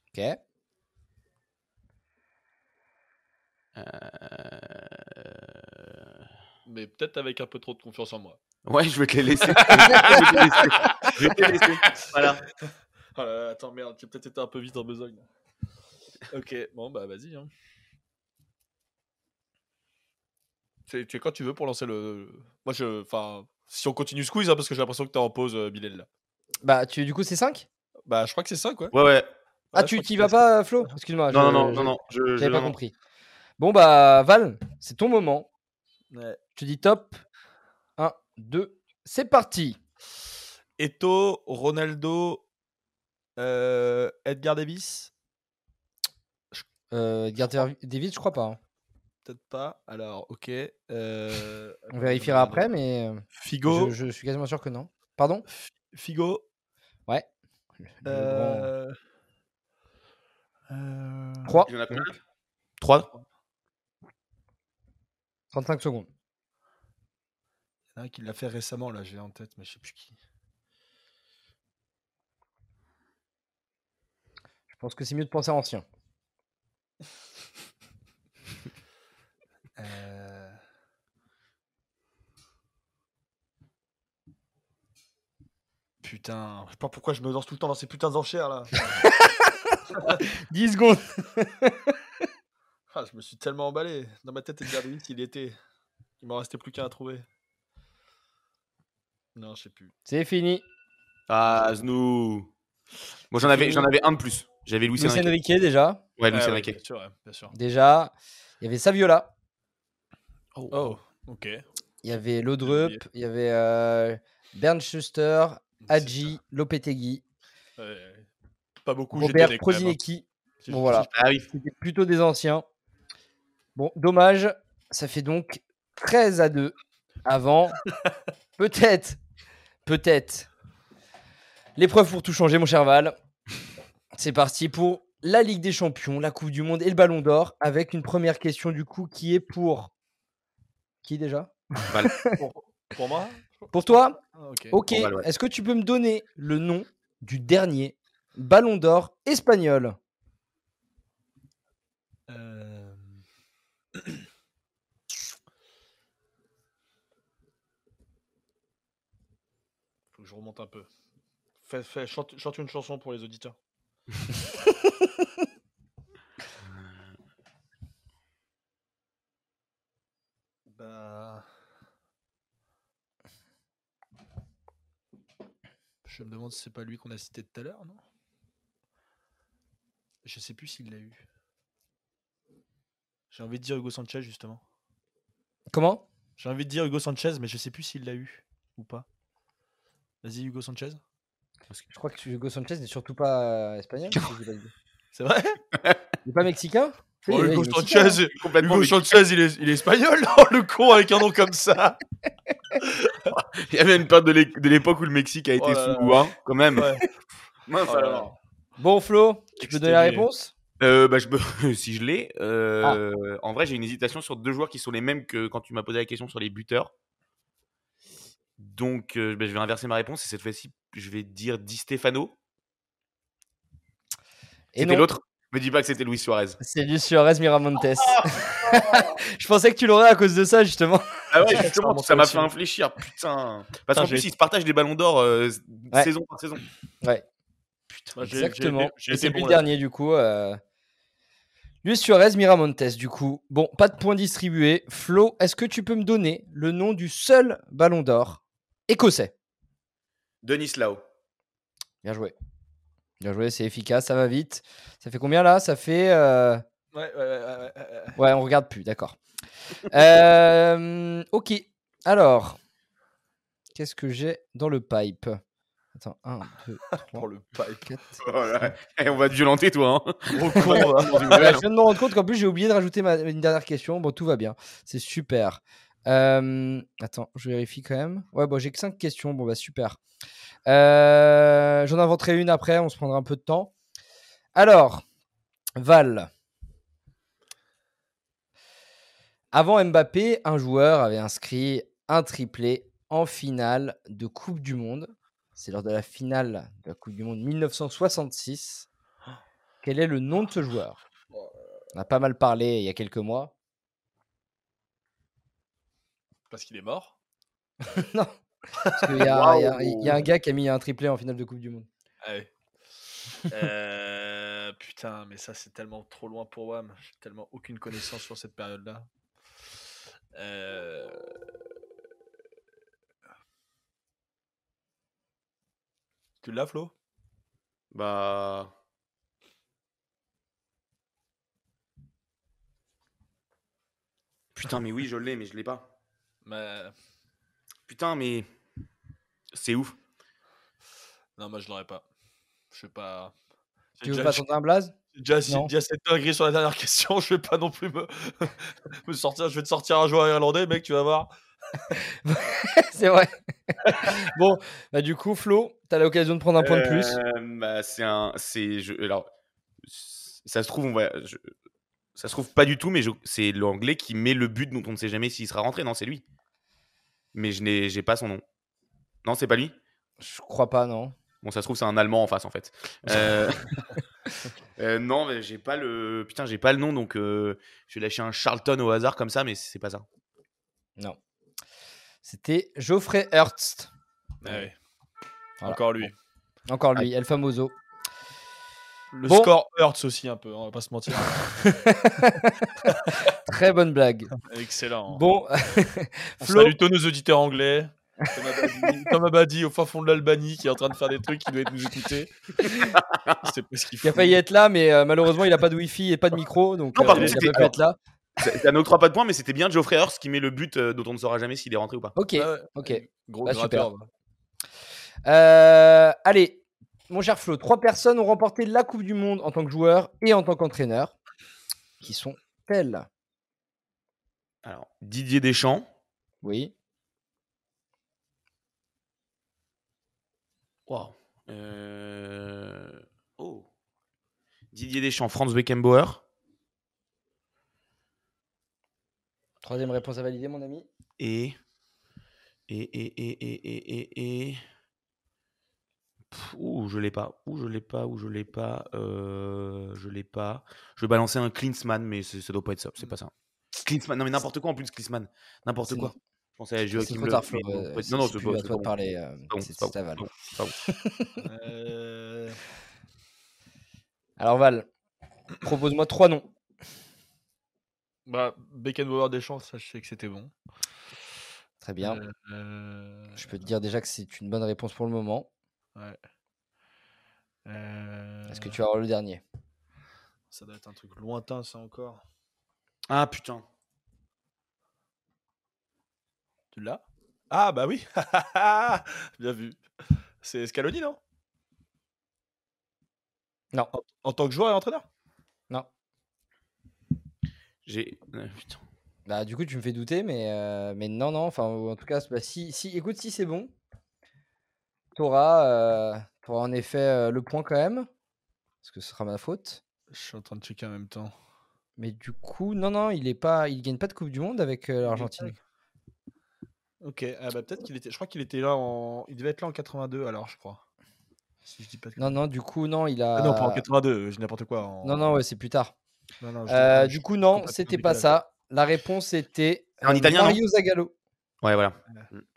A: ok.
B: Euh,
C: Mais peut-être avec un peu trop de confiance en moi.
B: Ouais, je vais te les laisser. je vais te les laisser. Je vais te les laisser. Voilà.
C: Oh là là, attends, merde, j'ai peut-être été un peu vite en besogne. ok, bon, bah vas-y. hein. Tu, tu es quand tu veux pour lancer le. Moi, je. Enfin, si on continue squeeze, hein, parce que j'ai l'impression que t'es en pause, euh, Bilal, là.
A: Bah, tu, du coup, c'est 5
C: Bah, je crois que c'est ça, quoi.
B: Ouais, ouais.
A: Ah,
C: Ouais, je
A: tu
C: crois
A: t'y
C: que
A: vas
C: c'est ça.
A: pas, euh, Flo Excuse-moi.
B: Non,
A: je-
B: non, non,
A: je-
B: non, non. Ah, Je, je-
A: J'avais pas
B: non.
A: compris. Bon, bah, Val, c'est ton moment.
C: Ouais.
A: Je te dis top. 1, 2, c'est parti.
C: Eto, Ronaldo, euh, Edgar Davis
A: Euh, Edgar Dav- David, je crois pas. hein.
C: Peut-être pas. Alors, ok. euh,
A: On vérifiera après, mais euh,
C: Figo.
A: je, je suis quasiment sûr que non. Pardon
C: Figo.
A: Ouais. Le grand-
C: euh, euh,
A: Trois.
B: Il y en a combien
C: 3
A: 35 secondes.
C: Il y en a un qui l'a fait récemment, là, j'ai en tête, mais je sais plus qui.
A: Je pense que c'est mieux de penser à ancien.
C: Euh, Putain, je sais pas pourquoi je me lance tout le temps dans ces putains d'enchères là.
A: 10 secondes.
C: Ah, je me suis tellement emballé. Dans ma tête, Edgar Davis, il était. Il m'en restait plus qu'un à trouver. Non, je sais plus.
A: C'est fini.
B: Ah, Znou. Moi, j'en avais, j'en avais un de plus. J'avais Luis
A: Luis
B: Enrique.
A: Enrique, déjà.
B: Ouais, Luis
C: Ah, ouais,
B: Enrique.
C: bien sûr, ouais, bien sûr.
A: Déjà. Il y avait Saviola.
C: Oh, ok.
A: Il y avait
C: oublié.
A: Laudrup. Il y avait euh, Bernd Schuster, Hadji, Lopetegui,
C: Ouais, ouais. Pas beaucoup, j'ai
A: Robert
C: donné quand même, hein.
A: Prozinecki.
C: J'ai-
A: Bon, voilà.
B: Ah oui.
A: C'était plutôt des anciens. Bon, dommage. Ça fait donc 13 à 2 avant. peut-être, peut-être. L'épreuve pour tout changer, mon cher Val. C'est parti pour la Ligue des Champions, la Coupe du Monde et le Ballon d'Or. Avec une première question, du coup, qui est pour. Qui déjà
C: Pour moi
A: Pour toi
C: Ah, Ok.
A: Ok.
B: Pour Val, ouais.
A: Est-ce que tu peux me donner le nom du dernier Ballon d'Or espagnol
C: Euh, Faut que je remonte un peu. Fais, fais- chante, chante une chanson pour les auditeurs. bah. Je me demande si c'est pas lui qu'on a cité tout à l'heure, non Je sais plus s'il l'a eu. J'ai envie de dire Hugo Sanchez justement.
A: Comment
C: J'ai envie de dire Hugo Sanchez, mais je sais plus s'il l'a eu ou pas. Vas-y Hugo Sanchez.
A: Je crois que Hugo Sanchez n'est surtout pas euh, espagnol. si je dis pas de-
C: C'est vrai
A: Il est pas mexicain Oui, ouais, il est mexicain.
C: Sanchez,
B: Complètement.
C: Oh,
B: mais-
C: Sanchez, il est, il est espagnol, non, le con avec un nom comme ça.
B: Il y avait une période de l'é- de l'époque où le Mexique a été
C: Oh là
B: sous hein, quand même.
C: Ouais.
B: Mince,
C: Oh là
B: alors.
C: là.
A: Bon, Flo, tu peux donner la
C: Exténué.
A: réponse
B: Euh, bah, je peux- si je l'ai, euh, en vrai, j'ai une hésitation sur deux joueurs qui sont les mêmes que quand tu m'as posé la question sur les buteurs. Donc, euh, bah, je vais inverser ma réponse et cette fois-ci, je vais dire Di Stefano.
A: Et
B: C'était
A: non,
B: l'autre. Me dis pas que c'était Luis Suarez.
A: c'est Luis Suarez Miramontes. Je pensais que tu l'aurais à cause de ça, justement.
B: Ah ouais,
C: Ça
B: justement,
C: remonte
B: ça m'a
C: aussi.
B: fait infléchir, putain. Parce
C: Putain,
B: qu'en
C: j'ai-
B: plus, ils se partagent des ballons d'or euh,
A: Ouais.
B: saison par saison.
C: Putain, Bah, j'ai- j'ai
A: Exactement.
C: été- j'ai
A: Et
C: été
A: C'est lui
C: bon
A: le
C: là.
A: dernier, du coup. euh. Luis Suarez Miramontes, du coup. Bon, pas de points distribués. Flo, est-ce que tu peux me donner le nom du seul ballon d'or écossais
B: Denis Lao.
A: Bien joué. Bien joué, c'est efficace, ça va vite. Ça fait combien là Ça fait. euh,
C: Ouais, ouais, ouais, ouais, ouais, ouais.
A: Ouais, on regarde plus, d'accord. Euh, ok, alors, qu'est-ce que j'ai dans le pipe Attends, 1, 2, 3,
C: Pour le pipe.
A: 4.
B: Voilà. Eh, on va te violenter, toi. hein.
C: Gros con, là.
A: je viens de me rendre compte qu'en plus, j'ai oublié de rajouter ma- une dernière question. Bon, tout va bien, c'est super. Euh, attends, je vérifie quand même. Ouais, bon, j'ai que 5 questions. Bon, bah, super. Euh, J'en inventerai une après, on se prendra un peu de temps. Alors, Val. Avant Mbappé, un joueur avait inscrit un triplé en finale de Coupe du Monde. C'est lors de la finale de la Coupe du Monde 1966. Quel est le nom de ce joueur On a pas mal parlé il y a quelques mois.
C: Parce qu'il est mort.
A: Non. Parce qu'il y, a- il y a- il y a un gars qui a mis un triplé en finale de Coupe du Monde.
C: Ah ouais. Euh, putain, mais ça c'est tellement trop loin pour WAM. J'ai tellement aucune connaissance sur cette période-là. Euh, Tu l'as, Flo
B: Bah. Putain, mais oui, je l'ai, mais je l'ai pas.
C: Mais-
B: Putain, mais. C'est ouf.
C: Non, moi je l'aurais pas. Je sais pas.
A: Tu veux pas tenter un blaze
C: J'ai déjà, j'ai
A: Non.
C: déjà cette dinguerie sur la dernière question. Je vais pas non plus me, me sortir. Je vais te sortir un joueur irlandais, mec. Tu vas voir.
A: C'est vrai. bon, bah, du coup, Flo, t'as l'occasion de prendre un point de plus.
B: Euh, bah, c'est un. C'est. je- Alors. c- Ça se trouve, on va. je- Ça se trouve pas du tout, mais je- c'est l'anglais qui met le but dont on ne sait jamais s'il sera rentré. Non, c'est lui. Mais je n'ai j'ai pas son nom. Non, c'est pas lui.
A: Je crois pas, non.
B: Bon, ça se trouve, c'est un Allemand en face, en fait. Euh, euh, non, mais j'ai pas le. Putain, j'ai pas le nom, donc euh, je vais lâcher un Charlton au hasard comme ça, mais c'est pas ça.
A: Non. C'était Geoffrey Herbst.
C: Ah oui.
B: Euh,
A: Voilà.
C: Encore lui.
A: Encore lui, El Famoso.
C: Le
A: Bon.
C: score hurts aussi un peu. On va pas se mentir.
A: Très bonne blague.
C: Excellent.
A: Bon,
C: On
A: Flo,
C: Salut tous nos auditeurs anglais. Thomas Badi, Thomas Badi au fin fond de l'Albanie qui est en train de faire des trucs qui doit être nous écouter. Je sais pas ce qu'il
A: qui a
C: fout.
A: failli être là, mais euh, malheureusement, il a pas de wifi et pas de micro, donc
B: Non, par
A: euh,
B: contre,
A: il a
B: c'était-
A: pas pu être là.
B: Ça ça n'octroie pas de points, mais c'était bien Geoffrey Hurst qui met le but euh, dont on ne saura jamais s'il est rentré ou pas.
A: Ok,
C: Ah ouais,
A: ok.
C: Gros
A: Bah,
C: gratteur.
A: Euh, allez, mon cher Flo, trois personnes ont remporté la Coupe du Monde en tant que joueur et en tant qu'entraîneur. Qui sont-elles
B: Alors, Didier Deschamps,
A: Oui.
B: Wow. Euh, Oh. Didier Deschamps, Franz Beckenbauer
A: Troisième réponse à valider, mon ami.
B: et. Et. Et. Et. Et. Et. et- et- Pff, Ouh, je l'ai pas. Ouh, je l'ai pas. Ouh, je l'ai pas. Euh, Je l'ai pas. Je vais balancer un Klinsmann, mais c'est- ça doit pas être ça. C'est pas ça. Klinsmann, non, mais n'importe quoi en plus, Klinsmann. N'importe
A: Mmh. C'est-
B: quoi. Je pensais à
A: C'est
B: Joachim
A: trop
B: Le-
A: tard, Flo.
B: mais non,
A: euh,
B: pas-
A: c'est-
B: Non, non,
A: c'est
B: c'est
A: plus
B: pas
A: à
B: c'est
A: toi de
B: pas bon.
A: parler. euh,
B: pas bon,
A: c'est-
B: c'est pas
A: c'est à Val.
B: bon, c'est pas bon.
C: Euh,
A: Alors, Val, propose-moi trois noms.
C: bah, Beckenbauer des chances, ça je sais que c'était bon.
A: Très bien.
C: Euh,
A: Je peux te dire déjà que c'est une bonne réponse pour le moment.
C: euh,
A: Est-ce que tu vas avoir le dernier
C: Ça doit être un truc lointain, ça encore.
B: Ah putain.
C: Tu l'as Ah bah oui Bien vu. C'est Scaloni, non
A: Non.
C: En, en tant que joueur et entraîneur
B: J'ai. euh, putain.
A: Bah, du coup, tu me fais douter, mais, euh, mais non, non. Enfin, ou en tout cas, bah, si, si, écoute, si c'est bon, t'auras, euh, t'auras en effet euh, le point quand même, parce que ce sera ma faute.
C: Je suis en train de checker en même temps.
A: Mais du coup, non, non, il est pas, il gagne pas de Coupe du Monde avec euh,
C: Ah,
A: l'Argentine.
C: Ok, ah bah peut-être qu'il était. Je crois qu'il était là en. Il devait être là en 82 alors, je crois. Si je dis pas de.
A: Non, non, du coup, non, il a.
C: Ah non, pas en 82, j'ai n'importe quoi. En...
A: Non, non, ouais, c'est plus tard.
C: Non, non, je-
A: Euh,
C: je-
A: du coup, non,
C: complètement
A: c'était pas
C: décalé.
A: ça. La réponse était euh,
B: En italien, non
A: Mario Zagallo.
B: Ouais, voilà.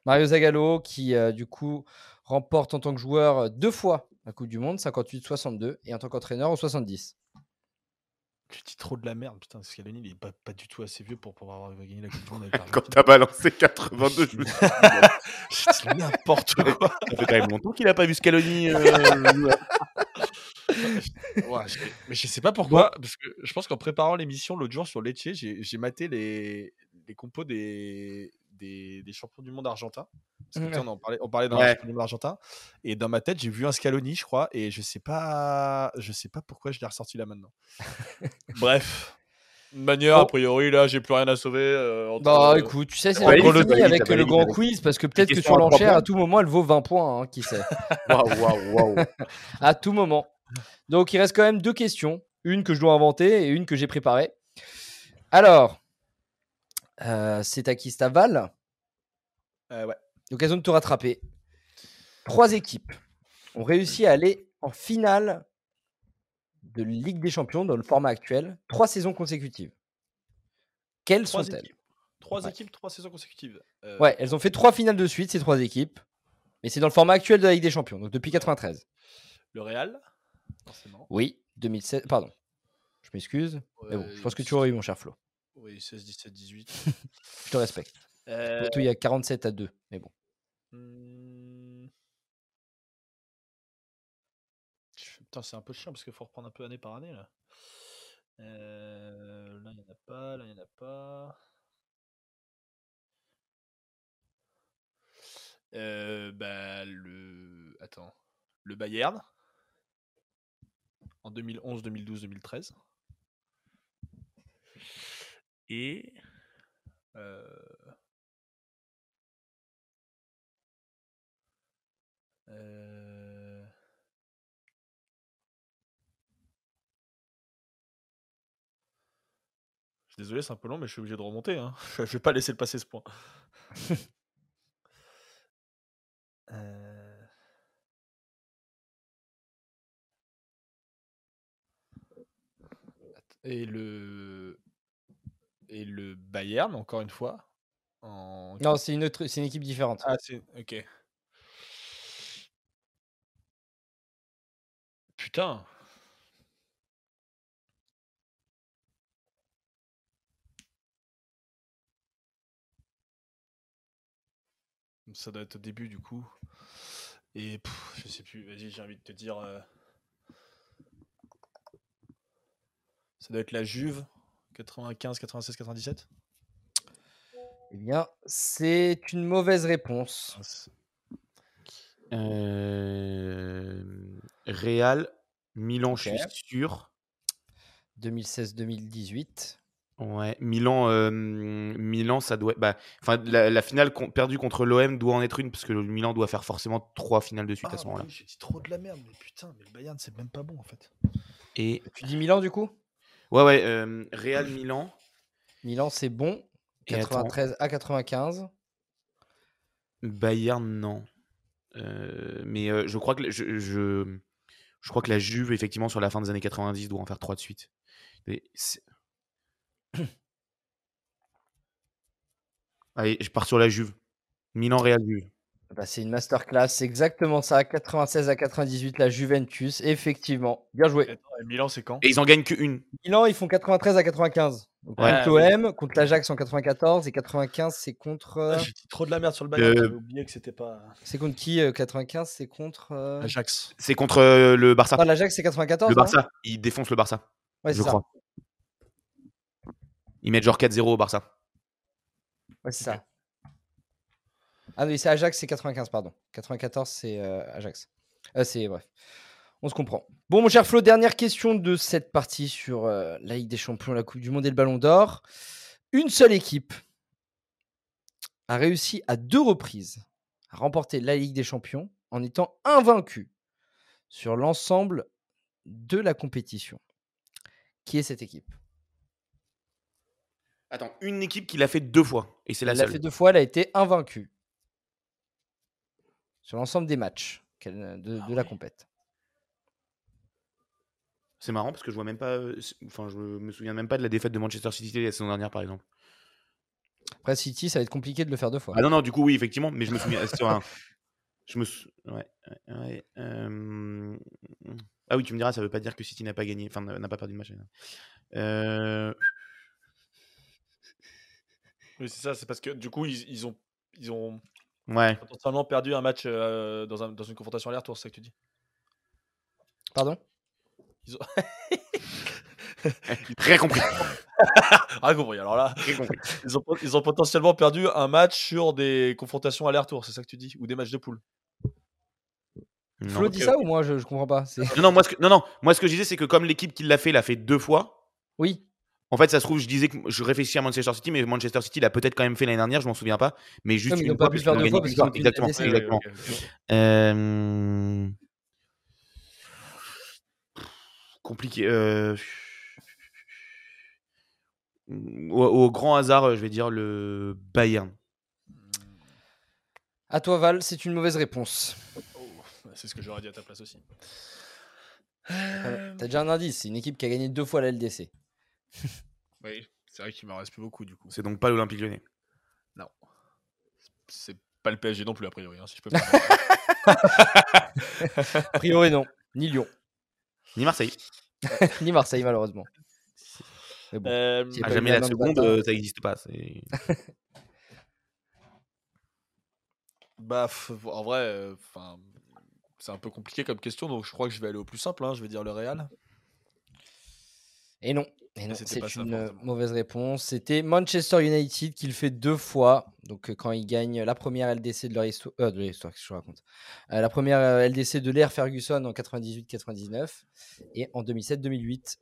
A: Mario Zagallo qui euh, du coup remporte en tant que joueur euh, deux fois la Coupe du Monde, 58-62, et en tant qu'entraîneur en 70.
C: Tu dis trop de la merde, putain. Scaloni, il est pas, pas du tout assez vieux pour pouvoir avoir gagné la Coupe du Monde
A: Ah,
C: avec
B: Quand
C: l'Argentine.
B: t'as balancé 82, je me suis dit, ça
C: Je dis n'importe quoi.
B: fait quand même longtemps qu'il a pas vu Scaloni. euh, jouer.
C: Ouais, je- mais je sais pas pourquoi, parce que je pense qu'en préparant l'émission l'autre jour sur Lecce, j'ai j'ai maté les, les compos des, des, des champions du monde argentin. Parce que, tu sais, on, en parlait, on parlait d'un
B: Ouais.
C: champion du monde argentin. Et dans ma tête, j'ai vu un Scaloni, je crois, et je sais pas, je sais pas pourquoi je l'ai ressorti là maintenant. Bref. De manière,
A: Bon.
C: a priori, là, j'ai plus rien à sauver. euh, entre-
A: Bah écoute, tu sais, c'est
B: Ouais,
A: un peu
B: il est
A: fini
B: valide,
A: avec euh, le
B: la valide,
A: grand
B: valide.
A: quiz parce que peut-être que
B: question
A: sur
B: à trois
A: l'enchère,
B: points.
A: à tout moment, elle vaut 20 points, hein, qui sait.
B: Waouh, waouh, waouh.
A: à tout moment. Donc il reste quand même deux questions, une que je dois inventer et une que j'ai préparée. Alors, euh, c'est à qui c'est à Val
C: Euh, ouais.
A: l'occasion de te rattraper. Trois équipes ont réussi à aller en finale de Ligue des Champions dans le format actuel, trois saisons consécutives. Quelles
C: Trois
A: sont-elles
C: équipes. Trois
A: Ouais.
C: équipes, trois saisons consécutives. Euh,
A: Ouais, elles ont fait trois finales de suite, ces trois équipes. Mais c'est dans le format actuel de la Ligue des Champions, donc depuis 93.
C: Le Real, forcément.
A: Oui, Euh, 2016. Pardon. Je m'excuse. Mais bon,
C: Ouais,
A: je pense que tu aurais eu, mon cher Flo.
C: Oui, 16, 17, 18.
A: Je te respecte.
C: Euh,
A: Surtout, il y a 47 à 2. Mais bon.
C: hmm. Putain, c'est un peu chiant parce qu'il faut reprendre un peu année par année là. Euh, là, il n'y en a pas, là, il n'y en a pas. Euh, bah, le. Attends. Le Bayern. En 2011, 2012, 2013. Et. euh, euh, Je suis désolé, c'est un peu long, mais je suis obligé de remonter. hein. Je vais pas laisser le passer ce point. Euh, Att- Et le... Et le Bayern, encore une fois. En...
A: Non, c'est une, autre... c'est une équipe différente.
C: Ah, c'est. Ok. Putain. Ça doit être au début du coup. Et pff, je sais plus, vas-y, j'ai envie de te dire. euh, Ça doit être la Juve, 95, 96, 97.
A: Eh bien, c'est une mauvaise réponse.
B: Euh, Real, Milan, je
A: Ok.
B: suis sûr.
A: 2016-2018.
B: Ouais, Milan, euh, Milan, ça doit. bah, Enfin, la, la finale con- perdue contre l'OM doit en être une, parce que le Milan doit faire forcément trois finales de
C: Ah
B: suite à ce moment-là.
C: J'ai dit trop de la merde, mais putain, mais le Bayern, c'est même pas bon en fait.
B: Et
A: Tu dis Milan, du coup
B: ouais, ouais, euh, Real, Milan.
A: Milan, c'est bon.
B: Et attends.
A: 93 à Eh 95.
B: Bayern, non. Euh, mais euh, je crois que le- je, je, je crois que la Juve, effectivement, sur la fin des années 90, doit en faire trois de suite. Mais c'est- Allez, je pars sur la Juve. Milan, Real, Juve.
A: Bah, c'est une masterclass, c'est exactement ça. 96 à 98, la Juventus, effectivement. Bien joué.
C: Attends, et Milan, c'est quand
B: Et ils en gagnent qu'une.
A: Milan, ils font 93 à 95. Donc,
B: Ouais.
A: contre l'OM, contre l'Ajax en 94, et 95, c'est contre. euh,
C: Ah, J'ai dit trop de la merde sur le Bayern,
B: Euh,
C: j'avais oublié que c'était pas
A: C'est contre qui euh, 95, c'est contre. euh,
C: Ajax.
B: C'est contre euh, le Barça.
A: non, l'Ajax, c'est 94.
B: le
A: non
B: Barça. Ils défoncent le Barça,
A: hein. Ouais,
B: je
A: c'est ça.
B: crois. Ils mettent genre 4-0 au Barça.
A: Ouais, c'est
C: Ok.
A: ça. Ah oui, c'est Ajax, c'est 95, pardon. 94, c'est euh, Ajax. Euh, c'est bref. On se comprend. Bon, mon cher Flo, dernière question de cette partie sur euh, la Ligue des Champions, la Coupe du Monde et le Ballon d'Or. Une seule équipe a réussi à deux reprises à remporter la Ligue des Champions en étant invaincue sur l'ensemble de la compétition. Qui est cette équipe
B: Attends, une équipe qui l'a fait deux fois. Et c'est la
A: Elle l'a
B: seule.
A: fait deux fois, elle a été invaincue sur l'ensemble des matchs qu'elle- euh, de,
B: Ah
A: de la
B: ouais.
A: compète.
B: C'est marrant parce que je vois même pas. euh, c'est- Enfin, je me souviens même pas de la défaite de Manchester City la saison dernière, par exemple.
A: Après City, ça va être compliqué de le faire deux fois.
B: Ah non, non, du coup, oui, effectivement, mais je me souviens. sur un- Je me sou- ouais, ouais, ouais, euh, Ah oui, tu me diras, ça veut pas dire que City n'a pas gagné, enfin, n'a pas perdu de match. hein. Euh,
C: Oui, c'est ça, c'est parce que du coup, ils, ils ont ils ont
B: Ouais,
C: potentiellement perdu un match euh, dans, un- dans une confrontation à l'air-tour, c'est ça que tu dis.
A: Pardon
B: rien compris.
C: Ah, compris, alors là,
B: rien compris.
C: ils ont, ils ont potentiellement perdu un match sur des confrontations à l'air-tour, c'est ça que tu dis Ou des matchs de poule.
B: Non.
A: Flo dit ça ou moi je, je comprends pas. c'est-
B: Non, non, moi, ce que... non, non, moi, ce que je disais, c'est que comme l'équipe qui l'a fait l'a fait deux fois,
A: Oui,
B: en fait, ça se trouve, je disais que je réfléchis à Manchester City, mais Manchester City l'a peut-être quand même fait l'année dernière, je m'en souviens pas, mais juste
A: Ouais, mais ils
B: une
A: ont pas
B: fois,
A: pu
B: parce
A: faire
B: qu'ils ont
A: deux
B: gagné
A: fois parce
B: une victoire.
A: qu'ils ont
B: Exactement,
A: été blessés.
B: exactement.
C: Ouais, ouais, ouais, ok, ok.
B: Euh, Compliqué. euh, Au, au grand hasard, euh, je vais dire le Bayern.
A: à toi Val, c'est une mauvaise réponse.
C: Oh, c'est ce que j'aurais dit à ta place aussi.
A: Euh,
B: Euh.
A: T'as déjà un indice, c'est une équipe qui a gagné deux fois la LDC.
C: Oui, c'est vrai qu'il m'en reste plus beaucoup du coup.
B: C'est donc pas l'Olympique lyonnais.
C: C'est pas le PSG non plus, a priori, hein, si je peux me permettre.
A: A priori, non. Ni Lyon,
B: Ni Marseille.
A: ni Marseille, malheureusement.
D: Euh,
A: c'est
B: Ah,
A: pas
B: jamais
A: une Ah,
B: la
A: main de
B: seconde,
A: bâtard.
B: euh, ça n'existe pas. c'est-
C: Bah, pff, en vrai, euh, 'fin, c'est un peu compliqué comme question, donc je crois que je vais aller au plus simple. hein, je vais dire le Real.
A: Et non. Et non,
C: c'était
A: c'est
C: pas ça,
A: une euh,
C: forcément.
A: mauvaise réponse. C'était Manchester United qui le fait deux fois. Donc, euh, quand ils gagnent la première LDC de leur histoire, euh, de leur histoire, qu'est-ce que je raconte Euh, La première euh, LDC de l'ère Ferguson en 98-99 et en 2007-2008.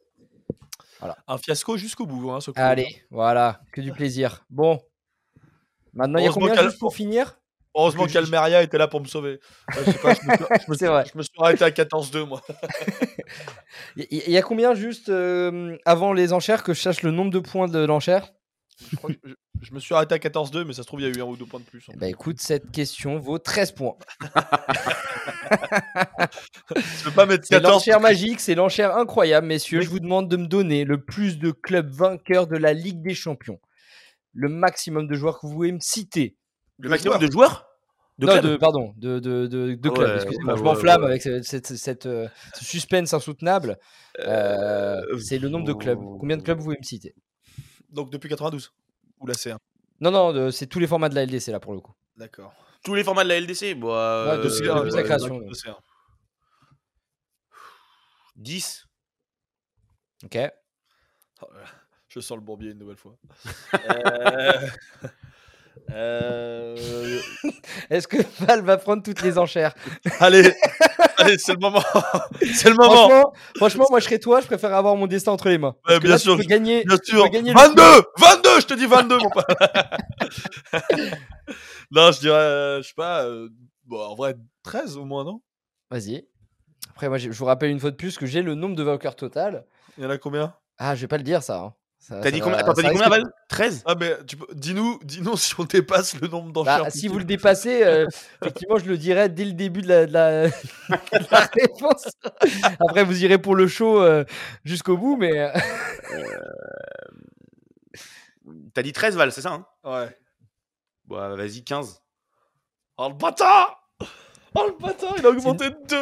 C: Un fiasco jusqu'au bout, hein, ce coup.
A: Allez, voilà, que du plaisir. Bon, maintenant il y a
C: Heureusement
A: combien
C: qu'elle-
A: juste pour finir
C: Heureusement
D: Je- je-
C: qu'Almeria était là pour me sauver. Ouais, je sais pas, je me suis- je me suis-
A: C'est vrai.
C: je me suis arrêté à 14-2, moi.
A: Il y, il y a combien juste euh, avant les enchères que je sache le nombre de points de l'enchère
C: Je, crois que je- je me suis arrêté à 14-2, mais ça se trouve, il y a eu un ou deux points de plus. hein.
A: Eh ben, écoute, cette question vaut 13 points.
C: Je peux pas mettre
A: C'est
C: 14.
A: l'enchère magique, c'est l'enchère incroyable, messieurs. Je vous demande de me donner le plus de clubs vainqueurs de la Ligue des Champions. Le maximum de joueurs que vous pouvez me citer.
B: Le maximum de joueurs De
A: non,
B: clubs
A: de, pardon, de, de, de, de
B: Ah
A: clubs,
B: ouais,
A: excusez-moi.
B: ouais,
A: je
B: ouais,
A: m'enflamme
B: ouais.
A: avec ce- cette, cette, euh, ce suspense insoutenable. Euh,
B: euh,
A: c'est le nombre de clubs. Combien de clubs vous pouvez me citer
C: Donc depuis 92. Ou la C1.
A: Non, non, de- c'est tous les formats de la LDC là pour le coup.
C: D'accord.
B: Tous les formats de la LDC bah,
A: Ouais, de-
B: euh,
C: C1,
A: depuis sa
C: ouais,
A: création,
C: de
A: ouais.
C: C1.
B: 10.
A: Ok.
C: Oh là là, Je sens le bourbier une nouvelle fois.
D: euh, euh,
A: Est-ce que Val va prendre toutes les enchères
C: Allez, allez c'est le moment. c'est le moment.
A: franchement, franchement, moi je serais toi, je préfère avoir mon destin entre les mains. Parce que
C: bien
A: là, tu
C: sûr,
A: peux gagner.
C: Bien
A: tu peux
C: sûr.
A: gagner
C: 22
A: le
C: 22 Je te dis 22, mon pote. non, je dirais, euh, je sais pas, euh, bon, en vrai, 13 au moins, non
A: Vas-y. Après, moi, j'ai- je vous rappelle une fois de plus que j'ai le nombre de vainqueurs total.
C: Il y en a combien
A: Ah, je vais pas le dire ça. hein. Ça-
B: T'as
A: ça
B: dit combien
A: va-
B: Attends, t'as
A: ça
B: dit combien,
A: risque-
B: Val 13
C: Ah, mais tu peux- dis-nous dis-nous si on dépasse le nombre d'enchères.
A: Bah, si vous le dépassez, euh, effectivement, je le dirai dès le début de la, de la- de la réponse. Après, vous irez pour le show euh, jusqu'au bout, mais euh,
B: T'as dit 13, Val, c'est ça hein
C: Ouais.
B: Bah, vas-y, 15.
C: Oh le bâtard Oh le bâtard, il a augmenté de 2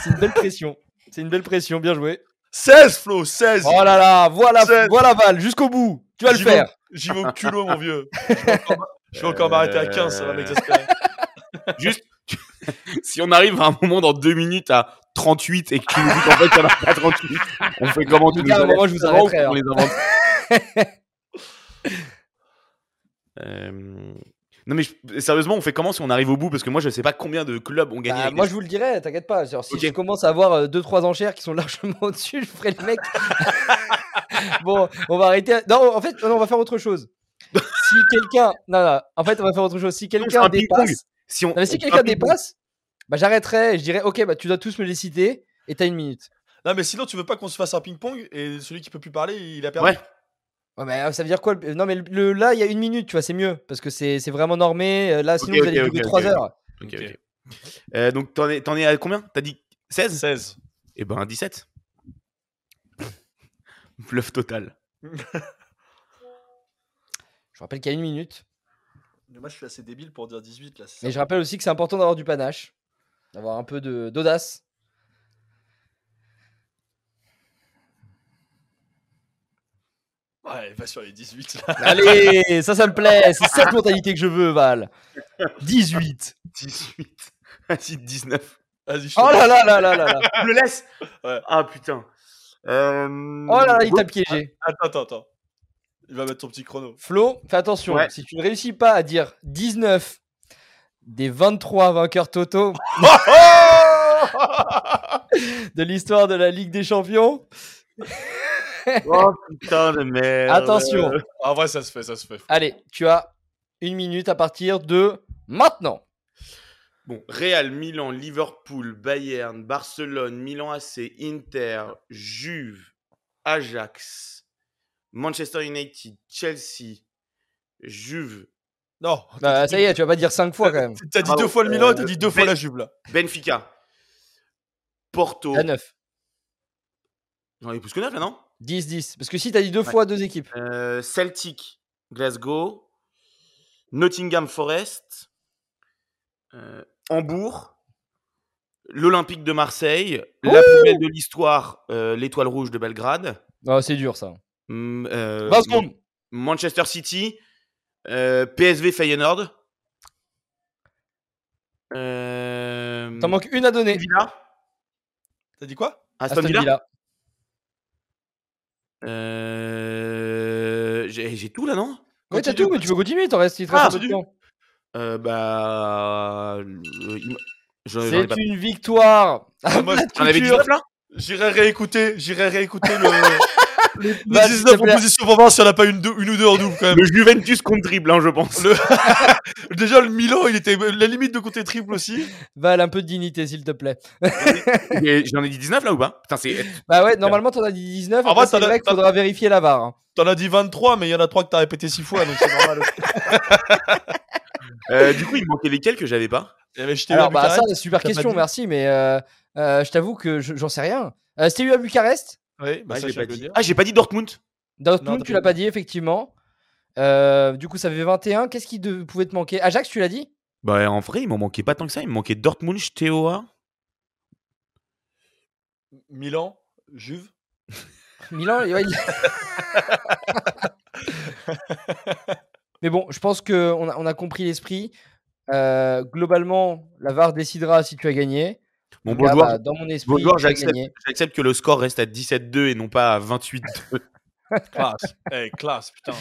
A: c'est une belle pression. C'est une belle pression, bien joué.
C: 16, Flo, 16
A: Oh là là, voilà,
C: Sept.
A: voilà Val, jusqu'au bout. Tu vas le
C: J'y vais.
A: faire.
C: J'y vais au culot, mon vieux. Je vais encore m'a- je vais encore m'arrêter à 15, ça va m'exaspérer.
B: Juste, tu- si on arrive à un moment dans 2 minutes à 38 et que tu nous dis qu'en fait, il y en a pas 38, on fait comment
A: Les
B: tu
A: gars, à un
B: nous
A: moment, je vous
B: inventes
A: arrêterai, hein.
B: ou On les invente. Euh, Non, mais je- sérieusement, on fait comment si on arrive au bout Parce que moi, je sais pas combien de clubs ont gagné.
A: Bah,
B: avec
A: moi,
B: des-
A: je vous le dirais, t'inquiète pas. Genre, si
B: Ok.
A: je commence à avoir 2-3 enchères qui sont largement au-dessus, je ferai le mec. bon, on va arrêter. Non, en fait, non, on va faire autre chose. Si quelqu'un. Non, non, en fait, on va faire autre chose. Si
B: c'est
A: quelqu'un
B: un
A: dépasse.
B: ping-pong. Si on...
A: Non, mais si
B: on-
A: quelqu'un dépasse, bah, j'arrêterai et je dirais, ok, bah, tu dois tous me les citer et t'as une minute.
C: Non, mais sinon, tu veux pas qu'on se fasse un ping-pong et celui qui peut plus parler, il a perdu.
B: Ouais,
A: Ouais, mais euh, ça veut dire quoi le- Non, mais le, le- là, il y a une minute, tu vois, c'est mieux parce que c'est c'est vraiment normé. Euh, Là, sinon,
B: Ok,
A: vous allez
B: ok,
A: durer
B: ok,
A: 3
B: ok.
A: heures.
B: ok, ok. Euh, donc, t'en es, t'en es à combien T'as dit 16
C: 16.
B: Eh ben 17. Bluff total.
A: Je rappelle qu'il y a une minute.
C: Mais moi, je suis assez débile pour dire 18, là. c'est
A: Mais
C: ça.
A: je rappelle aussi que c'est important d'avoir du panache, d'avoir un peu de- d'audace.
C: Ouais, va sur les 18, là.
A: Allez, ça, ça me plaît. C'est cette mentalité que je veux, Val. 18.
B: 18. Vas-y, 19.
C: Vas-y, je te
A: Oh
C: laisse.
A: là là là là là là.
B: Je le laisse
C: Ouais.
B: Ah putain. Euh,
A: Oh là là, il t'a piégé.
C: Attends, attends, attends. Il va mettre son petit chrono.
A: Flo, fais attention.
B: Ouais.
A: Si tu ne réussis pas à dire 19 des 23 vainqueurs totaux de l'histoire de la Ligue des Champions,
B: Oh putain de merde.
A: attention.
C: Ah, En vrai, ça se fait, ça se fait.
A: Allez, tu as une minute à partir de maintenant.
B: Bon, Real, Milan, Liverpool, Bayern, Barcelone, Milan AC, Inter, Juve, Ajax, Manchester United, Chelsea, Juve,
C: Non.
A: Bah, ça y est, tu vas pas dire 5 fois quand même.
C: T'as dit
B: Bravo.
C: deux fois le Milan et t'as
B: Euh,
C: dit deux fois
B: mais-
C: la Juve, là.
B: Benfica, Porto.
A: À 9.
B: J'en ai plus que 9 là, non
A: 10, 10. Parce que si t'as dit deux
B: Ouais.
A: fois deux équipes.
B: Euh, Celtic, Glasgow. Nottingham Forest, euh, Hambourg, l'Olympique de Marseille, la plus belle de l'histoire, euh, l'Étoile Rouge de Belgrade,
A: Ah, c'est dur ça.
B: mm, euh,
A: 20 secondes.
B: Manchester City, euh, PSV Feyenoord. Euh,
A: T'en manques une à donner.
B: Aston Villa.
E: T'as dit quoi
B: Aston Villa. Euh, J'ai j'ai tout là, non
A: Ouais, t'as tout, mais tu peux continuer, t'en restes, il te
B: Ah,
A: reste un peu de
C: bah,
B: continue.
A: temps.
B: Euh, Bah. euh, il m- je- j'en ai
C: bah.
A: C'est
B: pas-
A: une victoire.
C: Ah, moi,
B: J'en avais
C: culture.
B: 19 là
C: J'irai réécouter, j'irai réécouter le, le
A: Vas-y, s'il
C: 19
A: te plaît.
C: propositions pour voir si on a pas une, deux- une ou deux en double quand même.
B: Le Juventus contre dribble, hein, je pense.
C: Déjà le Milan, il était à la limite de côté triple aussi.
A: Val, un peu de dignité, s'il te plaît.
B: Et J'en ai dit 19 là ou pas Putain, c'est.
A: Bah ouais, normalement, t'en as dit 19.
C: En
A: Après,
C: vrai,
A: c'est
C: t'en as-
A: vrai qu'il
C: t'en-
A: faudra vérifier la VAR. hein.
C: T'en as dit 23, mais il y en a 3 que t'as répété 6 fois, donc c'est normal.
B: Euh, du coup, il me manquait lesquels que j'avais pas
C: Il y avait jeté
A: Alors,
C: la
A: bah, ça,
C: Bucarest.
A: super
C: t'as pas
A: question,
C: dit.
A: merci, mais euh, euh, je t'avoue que je- j'en sais rien. Euh, C'était eu à Bucarest.
C: Oui, bah,
B: Ah,
C: ça,
B: j'ai
C: je
B: pas
C: viens de le
B: dit.
C: dire.
B: Ah, j'ai pas dit Dortmund.
A: Dortmund,
C: Non, t'as
A: tu
C: pas
A: l'as pas dit, effectivement. Euh, du coup, ça fait 21. Qu'est-ce qui de- pouvait te manquer Ajax, tu l'as dit
B: Bah, en vrai, il m'en manquait pas tant que ça. Il me manquait Dortmund, TOA.
C: Milan, Juve.
A: Milan, ouais, il- Mais bon, je pense qu'on a, on a compris l'esprit. Euh, globalement, la VAR décidera si tu as gagné.
B: Mon
A: Là,
B: beau joueur,
A: bah, dans mon esprit,
B: Baudouard,
A: tu as
B: j'accepte.
A: gagné.
B: j'accepte que le score reste à 17-2 et non pas à 28-2.
C: Classe. Eh, classe, putain.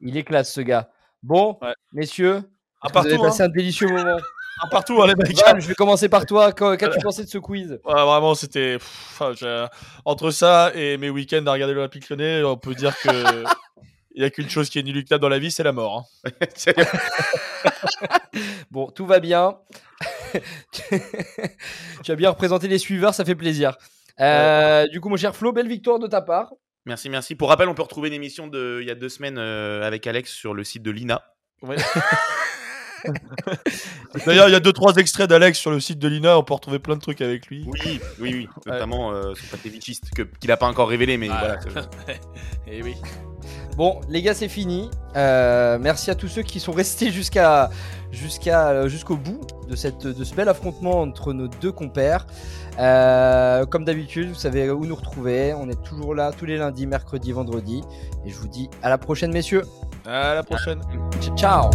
A: Il est classe, ce gars. Bon,
C: Ouais.
A: messieurs,
C: À
A: vous avez
C: partout,
A: passé
C: hein.
A: un délicieux moment.
C: à partout, hein, les mecs.
A: Val, je vais commencer par toi. Qu'en- Qu'as-tu pensé de ce quiz
C: Ouais, vraiment, c'était. pff, enfin, j'ai- Entre ça et mes week-ends à regarder l'Olympique lyonnais, on peut dire que. Il n'y a qu'une chose qui est inéluctable dans la vie, c'est la mort. hein.
A: Bon, tout va bien. tu as bien représenté les suiveurs, ça fait plaisir. Euh, Du coup, mon cher Flo, belle victoire de ta part.
B: merci, merci. Pour rappel, on peut retrouver une émission de il y a deux semaines euh, avec Alex sur le site de l'INA.
C: D'ailleurs, il y a deux trois extraits d'Alex sur le site de l'INA, on peut retrouver plein de trucs avec lui.
B: Oui, oui, oui. Notamment euh, son pâté vichiste que- qu'il a pas encore révélé, mais
C: Ah.
B: voilà. c'est-
C: Et Eh oui.
A: Bon, les gars, c'est fini. Euh, merci à tous ceux qui sont restés jusqu'à jusqu'à euh, jusqu'au bout de cette de ce bel affrontement entre nos deux compères. Euh, comme d'habitude, vous savez où nous retrouver. On est toujours là tous les lundis, mercredis, vendredis. Et je vous dis à la prochaine, messieurs.
C: À la prochaine.
A: Ciao.